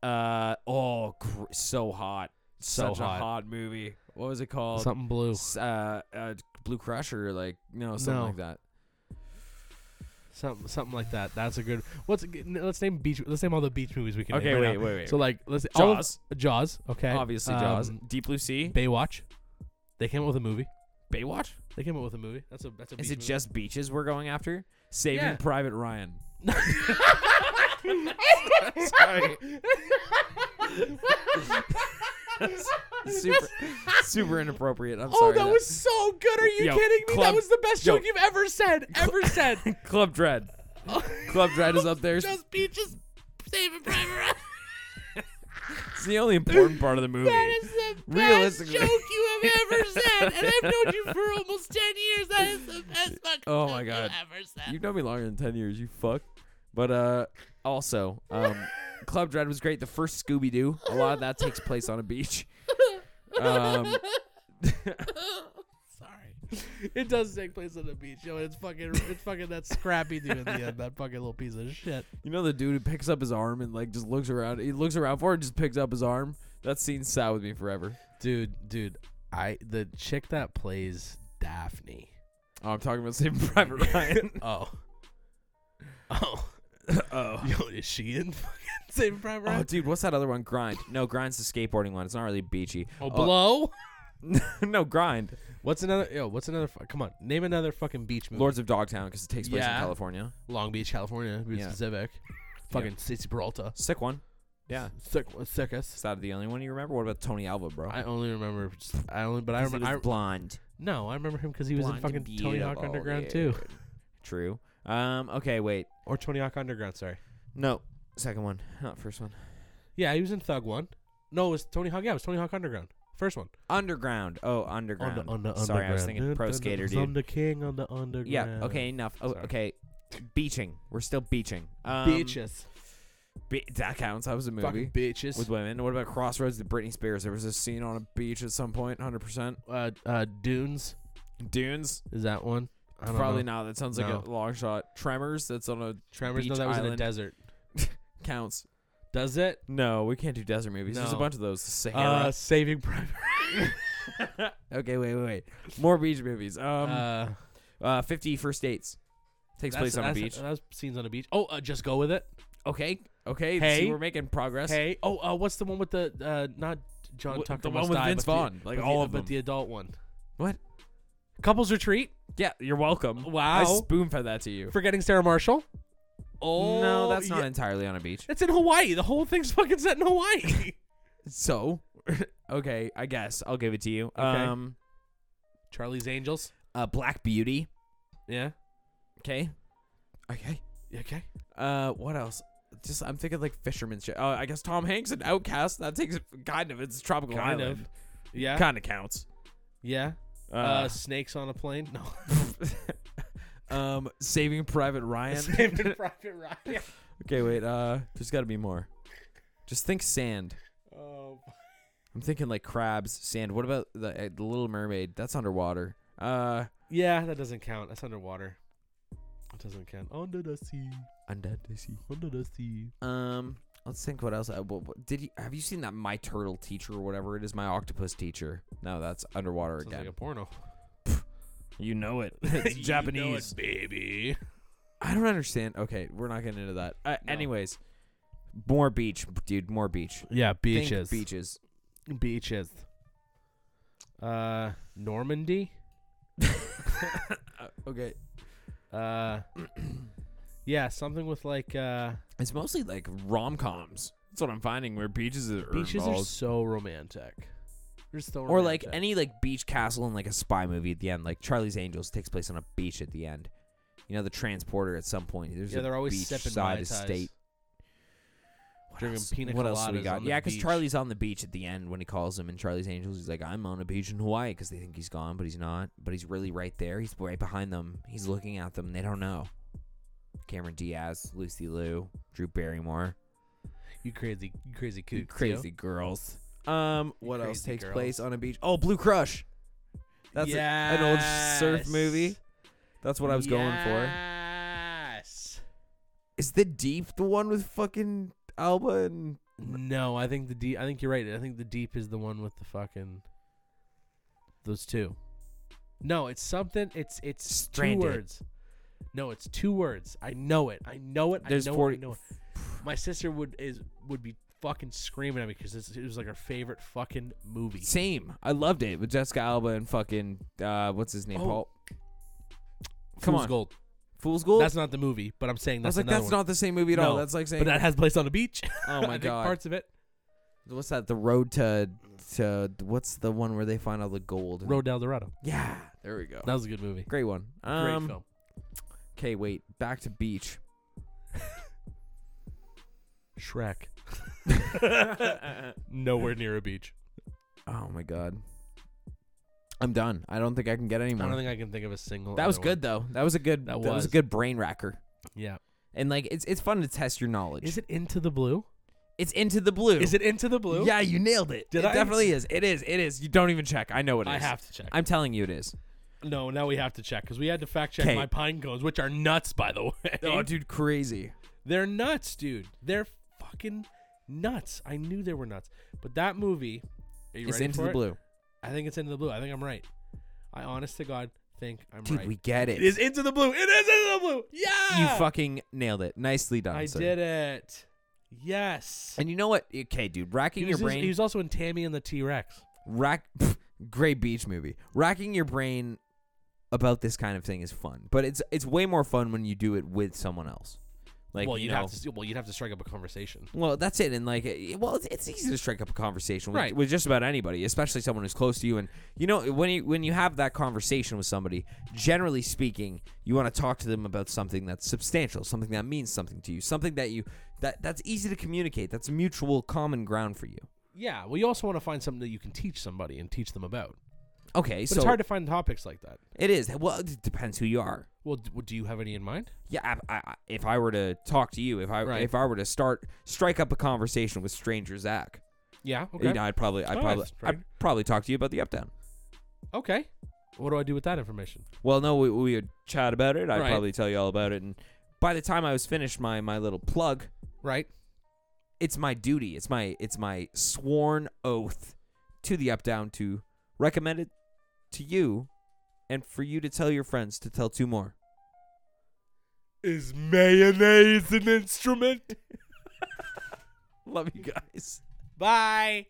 S3: Uh oh, gr- so hot,
S2: So
S3: such a
S2: hot.
S3: hot movie. What was it called?
S2: Something blue.
S3: S- Uh, uh, Blue Crusher, like no, something
S2: No.
S3: like that.
S2: Something something like that. That's a good. What's a good- let's name beach? Let's name all the beach movies we can.
S3: Okay,
S2: name
S3: wait,
S2: right now.
S3: wait, wait.
S2: So like let's all of-
S3: Jaws,
S2: Jaws. Okay.
S3: obviously Jaws.
S2: Um,
S3: Deep Blue Sea,
S2: Baywatch. They came up with a movie.
S3: Baywatch.
S2: They came up with a movie. That's a that's a.
S3: Is
S2: beach
S3: it
S2: movie.
S3: just beaches we're going after? Saving
S2: Mm-hmm. Yeah.
S3: Private Ryan. super, super inappropriate. I'm
S2: Oh,
S3: sorry.
S2: that was so good. Are you
S3: Yo,
S2: kidding me?
S3: club-
S2: that was the best
S3: yo.
S2: joke you've ever said. Ever said. Oh.
S3: Club Dread. Club Dread is up there.
S2: Just Peaches saving Private
S3: It's the only important part of the movie.
S2: That is the best
S3: Realistically.
S2: joke you have ever said. And I've known you for almost 10 years. That is the best fucking
S3: Oh
S2: joke
S3: my God.
S2: you ever said.
S3: You've known me longer than ten years, you fuck. But uh, also, um, Club Dread was great. The first Scooby Doo. A lot of that takes place on a beach. Um,
S2: Sorry. It does take place on the beach. Yo, it's fucking, it's fucking that scrappy dude in the end, that fucking little piece of shit.
S3: you know the dude who picks up his arm and like just looks around. He looks around for it and just picks up his arm. That scene's sat with me forever.
S2: Dude, dude, I the chick that plays Daphne.
S3: Oh, I'm talking about Saving Private Ryan.
S2: Oh. Oh. Oh. Yo, is she in fucking Saving Private
S3: oh, dude, what's that other one? Grind. No, Grind's the skateboarding one. It's not really beachy. Uh,
S2: Oh, blow.
S3: no, Grind.
S2: What's another? Yo, what's another? fu- Come on, name another fucking beach movie.
S3: Lords of Dogtown because it takes place
S2: Yeah.
S3: in California.
S2: Long Beach, California, to be
S3: Yeah.
S2: specific. Fucking Stacey Peralta.
S3: Sick one. Yeah.
S2: Sick, sickest.
S3: Is that the only one you remember? What about Tony Alva, bro?
S2: I only remember. I only, but I remember. I,
S3: blonde.
S2: no, I remember him because he was in fucking Tony Hawk Underground too,
S3: True. Um. Okay. Wait.
S2: or Tony Hawk Underground. Sorry.
S3: No. Second one, not first one.
S2: Yeah, he was in Thug One. No, it was Tony Hawk. Yeah, it was Tony Hawk Underground. First one.
S3: Underground. Oh, underground.
S2: On the, on the
S3: Sorry,
S2: underground.
S3: I was thinking
S2: Dun,
S3: pro
S2: dun, dun.
S3: skater,
S2: I'm
S3: dude.
S2: the king on the underground.
S3: Yeah. Okay. Enough. Oh,
S2: Sorry.
S3: okay. Beaching. We're still beaching. Um,
S2: Bitches.
S3: be- that counts. That was a
S2: Fucking
S3: movie
S2: bitches.
S3: with women. What about Crossroads? The Britney Spears. There was a scene on a beach at some point. Hundred percent.
S2: uh, uh, Dunes.
S3: Dunes.
S2: Is that one? I don't
S3: Probably
S2: know.
S3: not. That sounds like a
S2: No.
S3: long shot. Tremors. That's on a
S2: Tremors. No,
S3: Beach
S2: that was in a
S3: Island.
S2: desert.
S3: counts.
S2: Does it?
S3: No, we can't do desert movies. There's a
S2: No.
S3: bunch of those.
S2: Uh,
S3: Sahara.
S2: Saving Private.
S3: okay, wait, wait, wait. More beach movies. Um, uh,
S2: uh,
S3: 50 First Dates takes
S2: that's-
S3: place on a
S2: that's-
S3: beach.
S2: That was scenes on a beach. Oh, uh, just go with it.
S3: okay, okay.
S2: Hey.
S3: see, we're making progress.
S2: Hey. Oh, uh, what's the one with the uh, not John
S3: Wh-
S2: Tucker?
S3: the
S2: Must
S3: one with
S2: Die,
S3: Vince
S2: but the-
S3: Vaughn, like
S2: but
S3: all
S2: the,
S3: of
S2: but
S3: them.
S2: the adult one.
S3: What?
S2: Couples Retreat.
S3: Yeah, you're welcome.
S2: Wow.
S3: I spoon fed that to you. Oh,
S2: Forgetting Sarah Marshall. Oh,
S3: no, that's
S2: yeah.
S3: not entirely on a beach.
S2: It's in Hawaii. The whole thing's fucking set in Hawaii.
S3: So, okay, I guess I'll give it to you.
S2: Okay.
S3: Um,
S2: Charlie's Angels.
S3: uh, Black Beauty.
S2: Yeah.
S3: Okay. Okay.
S2: Okay.
S3: Uh, what else? Just I'm thinking like fisherman shit. Oh, I guess Tom Hanks and Outcast. That takes kind of it's a tropical
S2: Kind of.
S3: island.
S2: Yeah.
S3: Kind of counts.
S2: yeah. Uh,
S3: Uh,
S2: snakes on a plane. No.
S3: um, Saving Private Ryan.
S2: Saving Private Ryan.
S3: okay, wait. Uh, there's got to be more. Just think sand.
S2: Oh.
S3: I'm thinking like crabs, sand. What about the, uh, the Little Mermaid? That's underwater. Uh,
S2: Yeah, that doesn't count. That's underwater. That doesn't count. Oh, Under the sea.
S3: undead. I see.
S2: Under the sea.
S3: Um, let's think. What else? Uh, what, what- did you have you seen that My Turtle Teacher or whatever it is? My Octopus Teacher. No, that's underwater
S2: Sounds
S3: again.
S2: like a porno.
S3: you know it. it's Japanese.
S2: baby.
S3: I don't understand. Okay, we're not getting into that. Uh,
S2: No.
S3: Anyways, more beach, dude. More beach.
S2: Yeah,
S3: Think
S2: beaches.
S3: beaches.
S2: Beaches. Uh, Normandy.
S3: okay.
S2: Uh, yeah, something with like uh,
S3: It's mostly like rom coms. That's what I'm finding. Where beaches are
S2: beaches are
S3: involved.
S2: so romantic. They're so
S3: or like
S2: romantic.
S3: any like beach castle in like a spy movie at the end. Like Charlie's Angels takes place on a beach at the end. You know the transporter at some point. There's
S2: yeah,
S3: a
S2: they're always
S3: beach
S2: sipping
S3: side
S2: Mai
S3: of
S2: Tais.
S3: state. What
S2: Drinking
S3: else?
S2: pina
S3: what else do we
S2: coladas
S3: got?
S2: on the
S3: Yeah, because
S2: beach.
S3: Charlie's on the beach at the end when he calls him in Charlie's Angels. He's like, "I'm on a beach in Hawaii," because they think he's gone, but he's not. But he's really right there. He's right behind them. He's looking at them. They don't know. Cameron Diaz, Lucy Liu, Drew Barrymore,
S2: You crazy, you crazy
S3: You
S2: coots.
S3: crazy girls. Um, what else
S2: crazy
S3: takes
S2: girls.
S3: place on a beach? Oh, Blue Crush. That's a- an old surf movie. That's what I was going for.
S2: Yes.
S3: Is the Deep the one with fucking Alba and
S2: No, I think the deep. I think you're right. I think the deep is the one with the fucking those two. No, it's something. It's it's
S3: Stranded.
S2: two words. No, it's two words. I know it. I know it.
S3: There's
S2: I know
S3: 40
S2: it. I know it. My sister would is would be fucking screaming at me because it was like her favorite fucking movie.
S3: Same. I loved it with Jessica Alba and fucking uh, what's his name?
S2: Oh.
S3: Paul. Come
S2: Fool's
S3: on,
S2: Gold.
S3: Fool's Gold.
S2: That's not the movie, but I'm saying
S3: I was
S2: that's
S3: like,
S2: another
S3: that's
S2: one.
S3: not the same movie at all.
S2: No,
S3: That's like saying,
S2: But that has place on a beach.
S3: oh
S2: I
S3: my
S2: think
S3: god,
S2: parts of it.
S3: What's that? The road to to what's the one where they find all the gold? and-
S2: Road to El Dorado.
S3: Yeah, there we go.
S2: That was a good movie.
S3: Great one.
S2: Great
S3: Um,
S2: film.
S3: Okay, wait. Back to beach.
S2: Shrek. Nowhere near a beach.
S3: Oh my god. I'm done. I don't think I can get any
S2: I don't
S3: more.
S2: think I can think of a single.
S3: That was
S2: other one.
S3: good though. That was a good. That
S2: That
S3: was,
S2: was.
S3: a good brain racker.
S2: Yeah.
S3: And like, it's it's fun to test your knowledge.
S2: Is it Into the Blue?
S3: It's into the blue.
S2: Is it Into the Blue?
S3: Yeah, you nailed it.
S2: Did
S3: it
S2: I?
S3: definitely is. It is. It is. You don't even check. I know it is.
S2: I have to check.
S3: I'm telling you, it is.
S2: no, now we have to check because we had to fact check
S3: 'Kay.
S2: my pine cones, which are nuts, by the way.
S3: dude, crazy.
S2: They're nuts, dude. They're fucking nuts. I knew they were nuts. But that movie, are you
S3: It's
S2: ready
S3: into
S2: for
S3: the
S2: it?
S3: blue.
S2: I think it's Into the Blue. I think I'm right. I honest to God think I'm
S3: Dude,
S2: right.
S3: we get it.
S2: It is Into the Blue. It is Into the Blue. Yeah.
S3: you fucking nailed it. Nicely done.
S2: I
S3: sir.
S2: did it. Yes.
S3: And you know what? Okay, dude, racking
S2: He
S3: your
S2: was,
S3: brain.
S2: he was also in Tammy and the T Rex.
S3: rack great beach movie. Racking your brain about this kind of thing is fun, but it's it's way more fun when you do it with someone else. Like
S2: well,
S3: you
S2: you'd
S3: know,
S2: have to. Well, you'd have to strike up a conversation.
S3: well, that's it, and like, eh, well, it's, it's easy to strike up a conversation with,
S2: Right.
S3: with just about anybody, especially someone who's close to you. And you know, when you when you have that conversation with somebody, generally speaking, you want to talk to them about something that's substantial, something that means something to you, something that you that that's easy to communicate, that's mutual common ground for you.
S2: Yeah. Well, you also want to find something that you can teach somebody and teach them about.
S3: Okay,
S2: But
S3: so
S2: it's hard to find topics like that.
S3: it is. Well, it depends who you are.
S2: Well, d- do you have any in mind?
S3: Yeah, I, I, I- if I were to talk to you, if I
S2: Right.
S3: if I were to start strike up a conversation with stranger Zach,
S2: Yeah.
S3: you know, I'd probably I'd
S2: Oh,
S3: probably
S2: that's
S3: I'd
S2: right.
S3: probably talk to you about the up down.
S2: Okay. What do I do with that information?
S3: Well, no, we, we would chat about it. I'd
S2: Right.
S3: probably tell you all about it. And by the time I was finished my my little plug,
S2: Right.
S3: it's my duty. It's my it's my sworn oath to the up down to recommend it to you, and for you to tell your friends to tell two more.
S2: Is mayonnaise an instrument?
S3: Love you guys.
S2: Bye.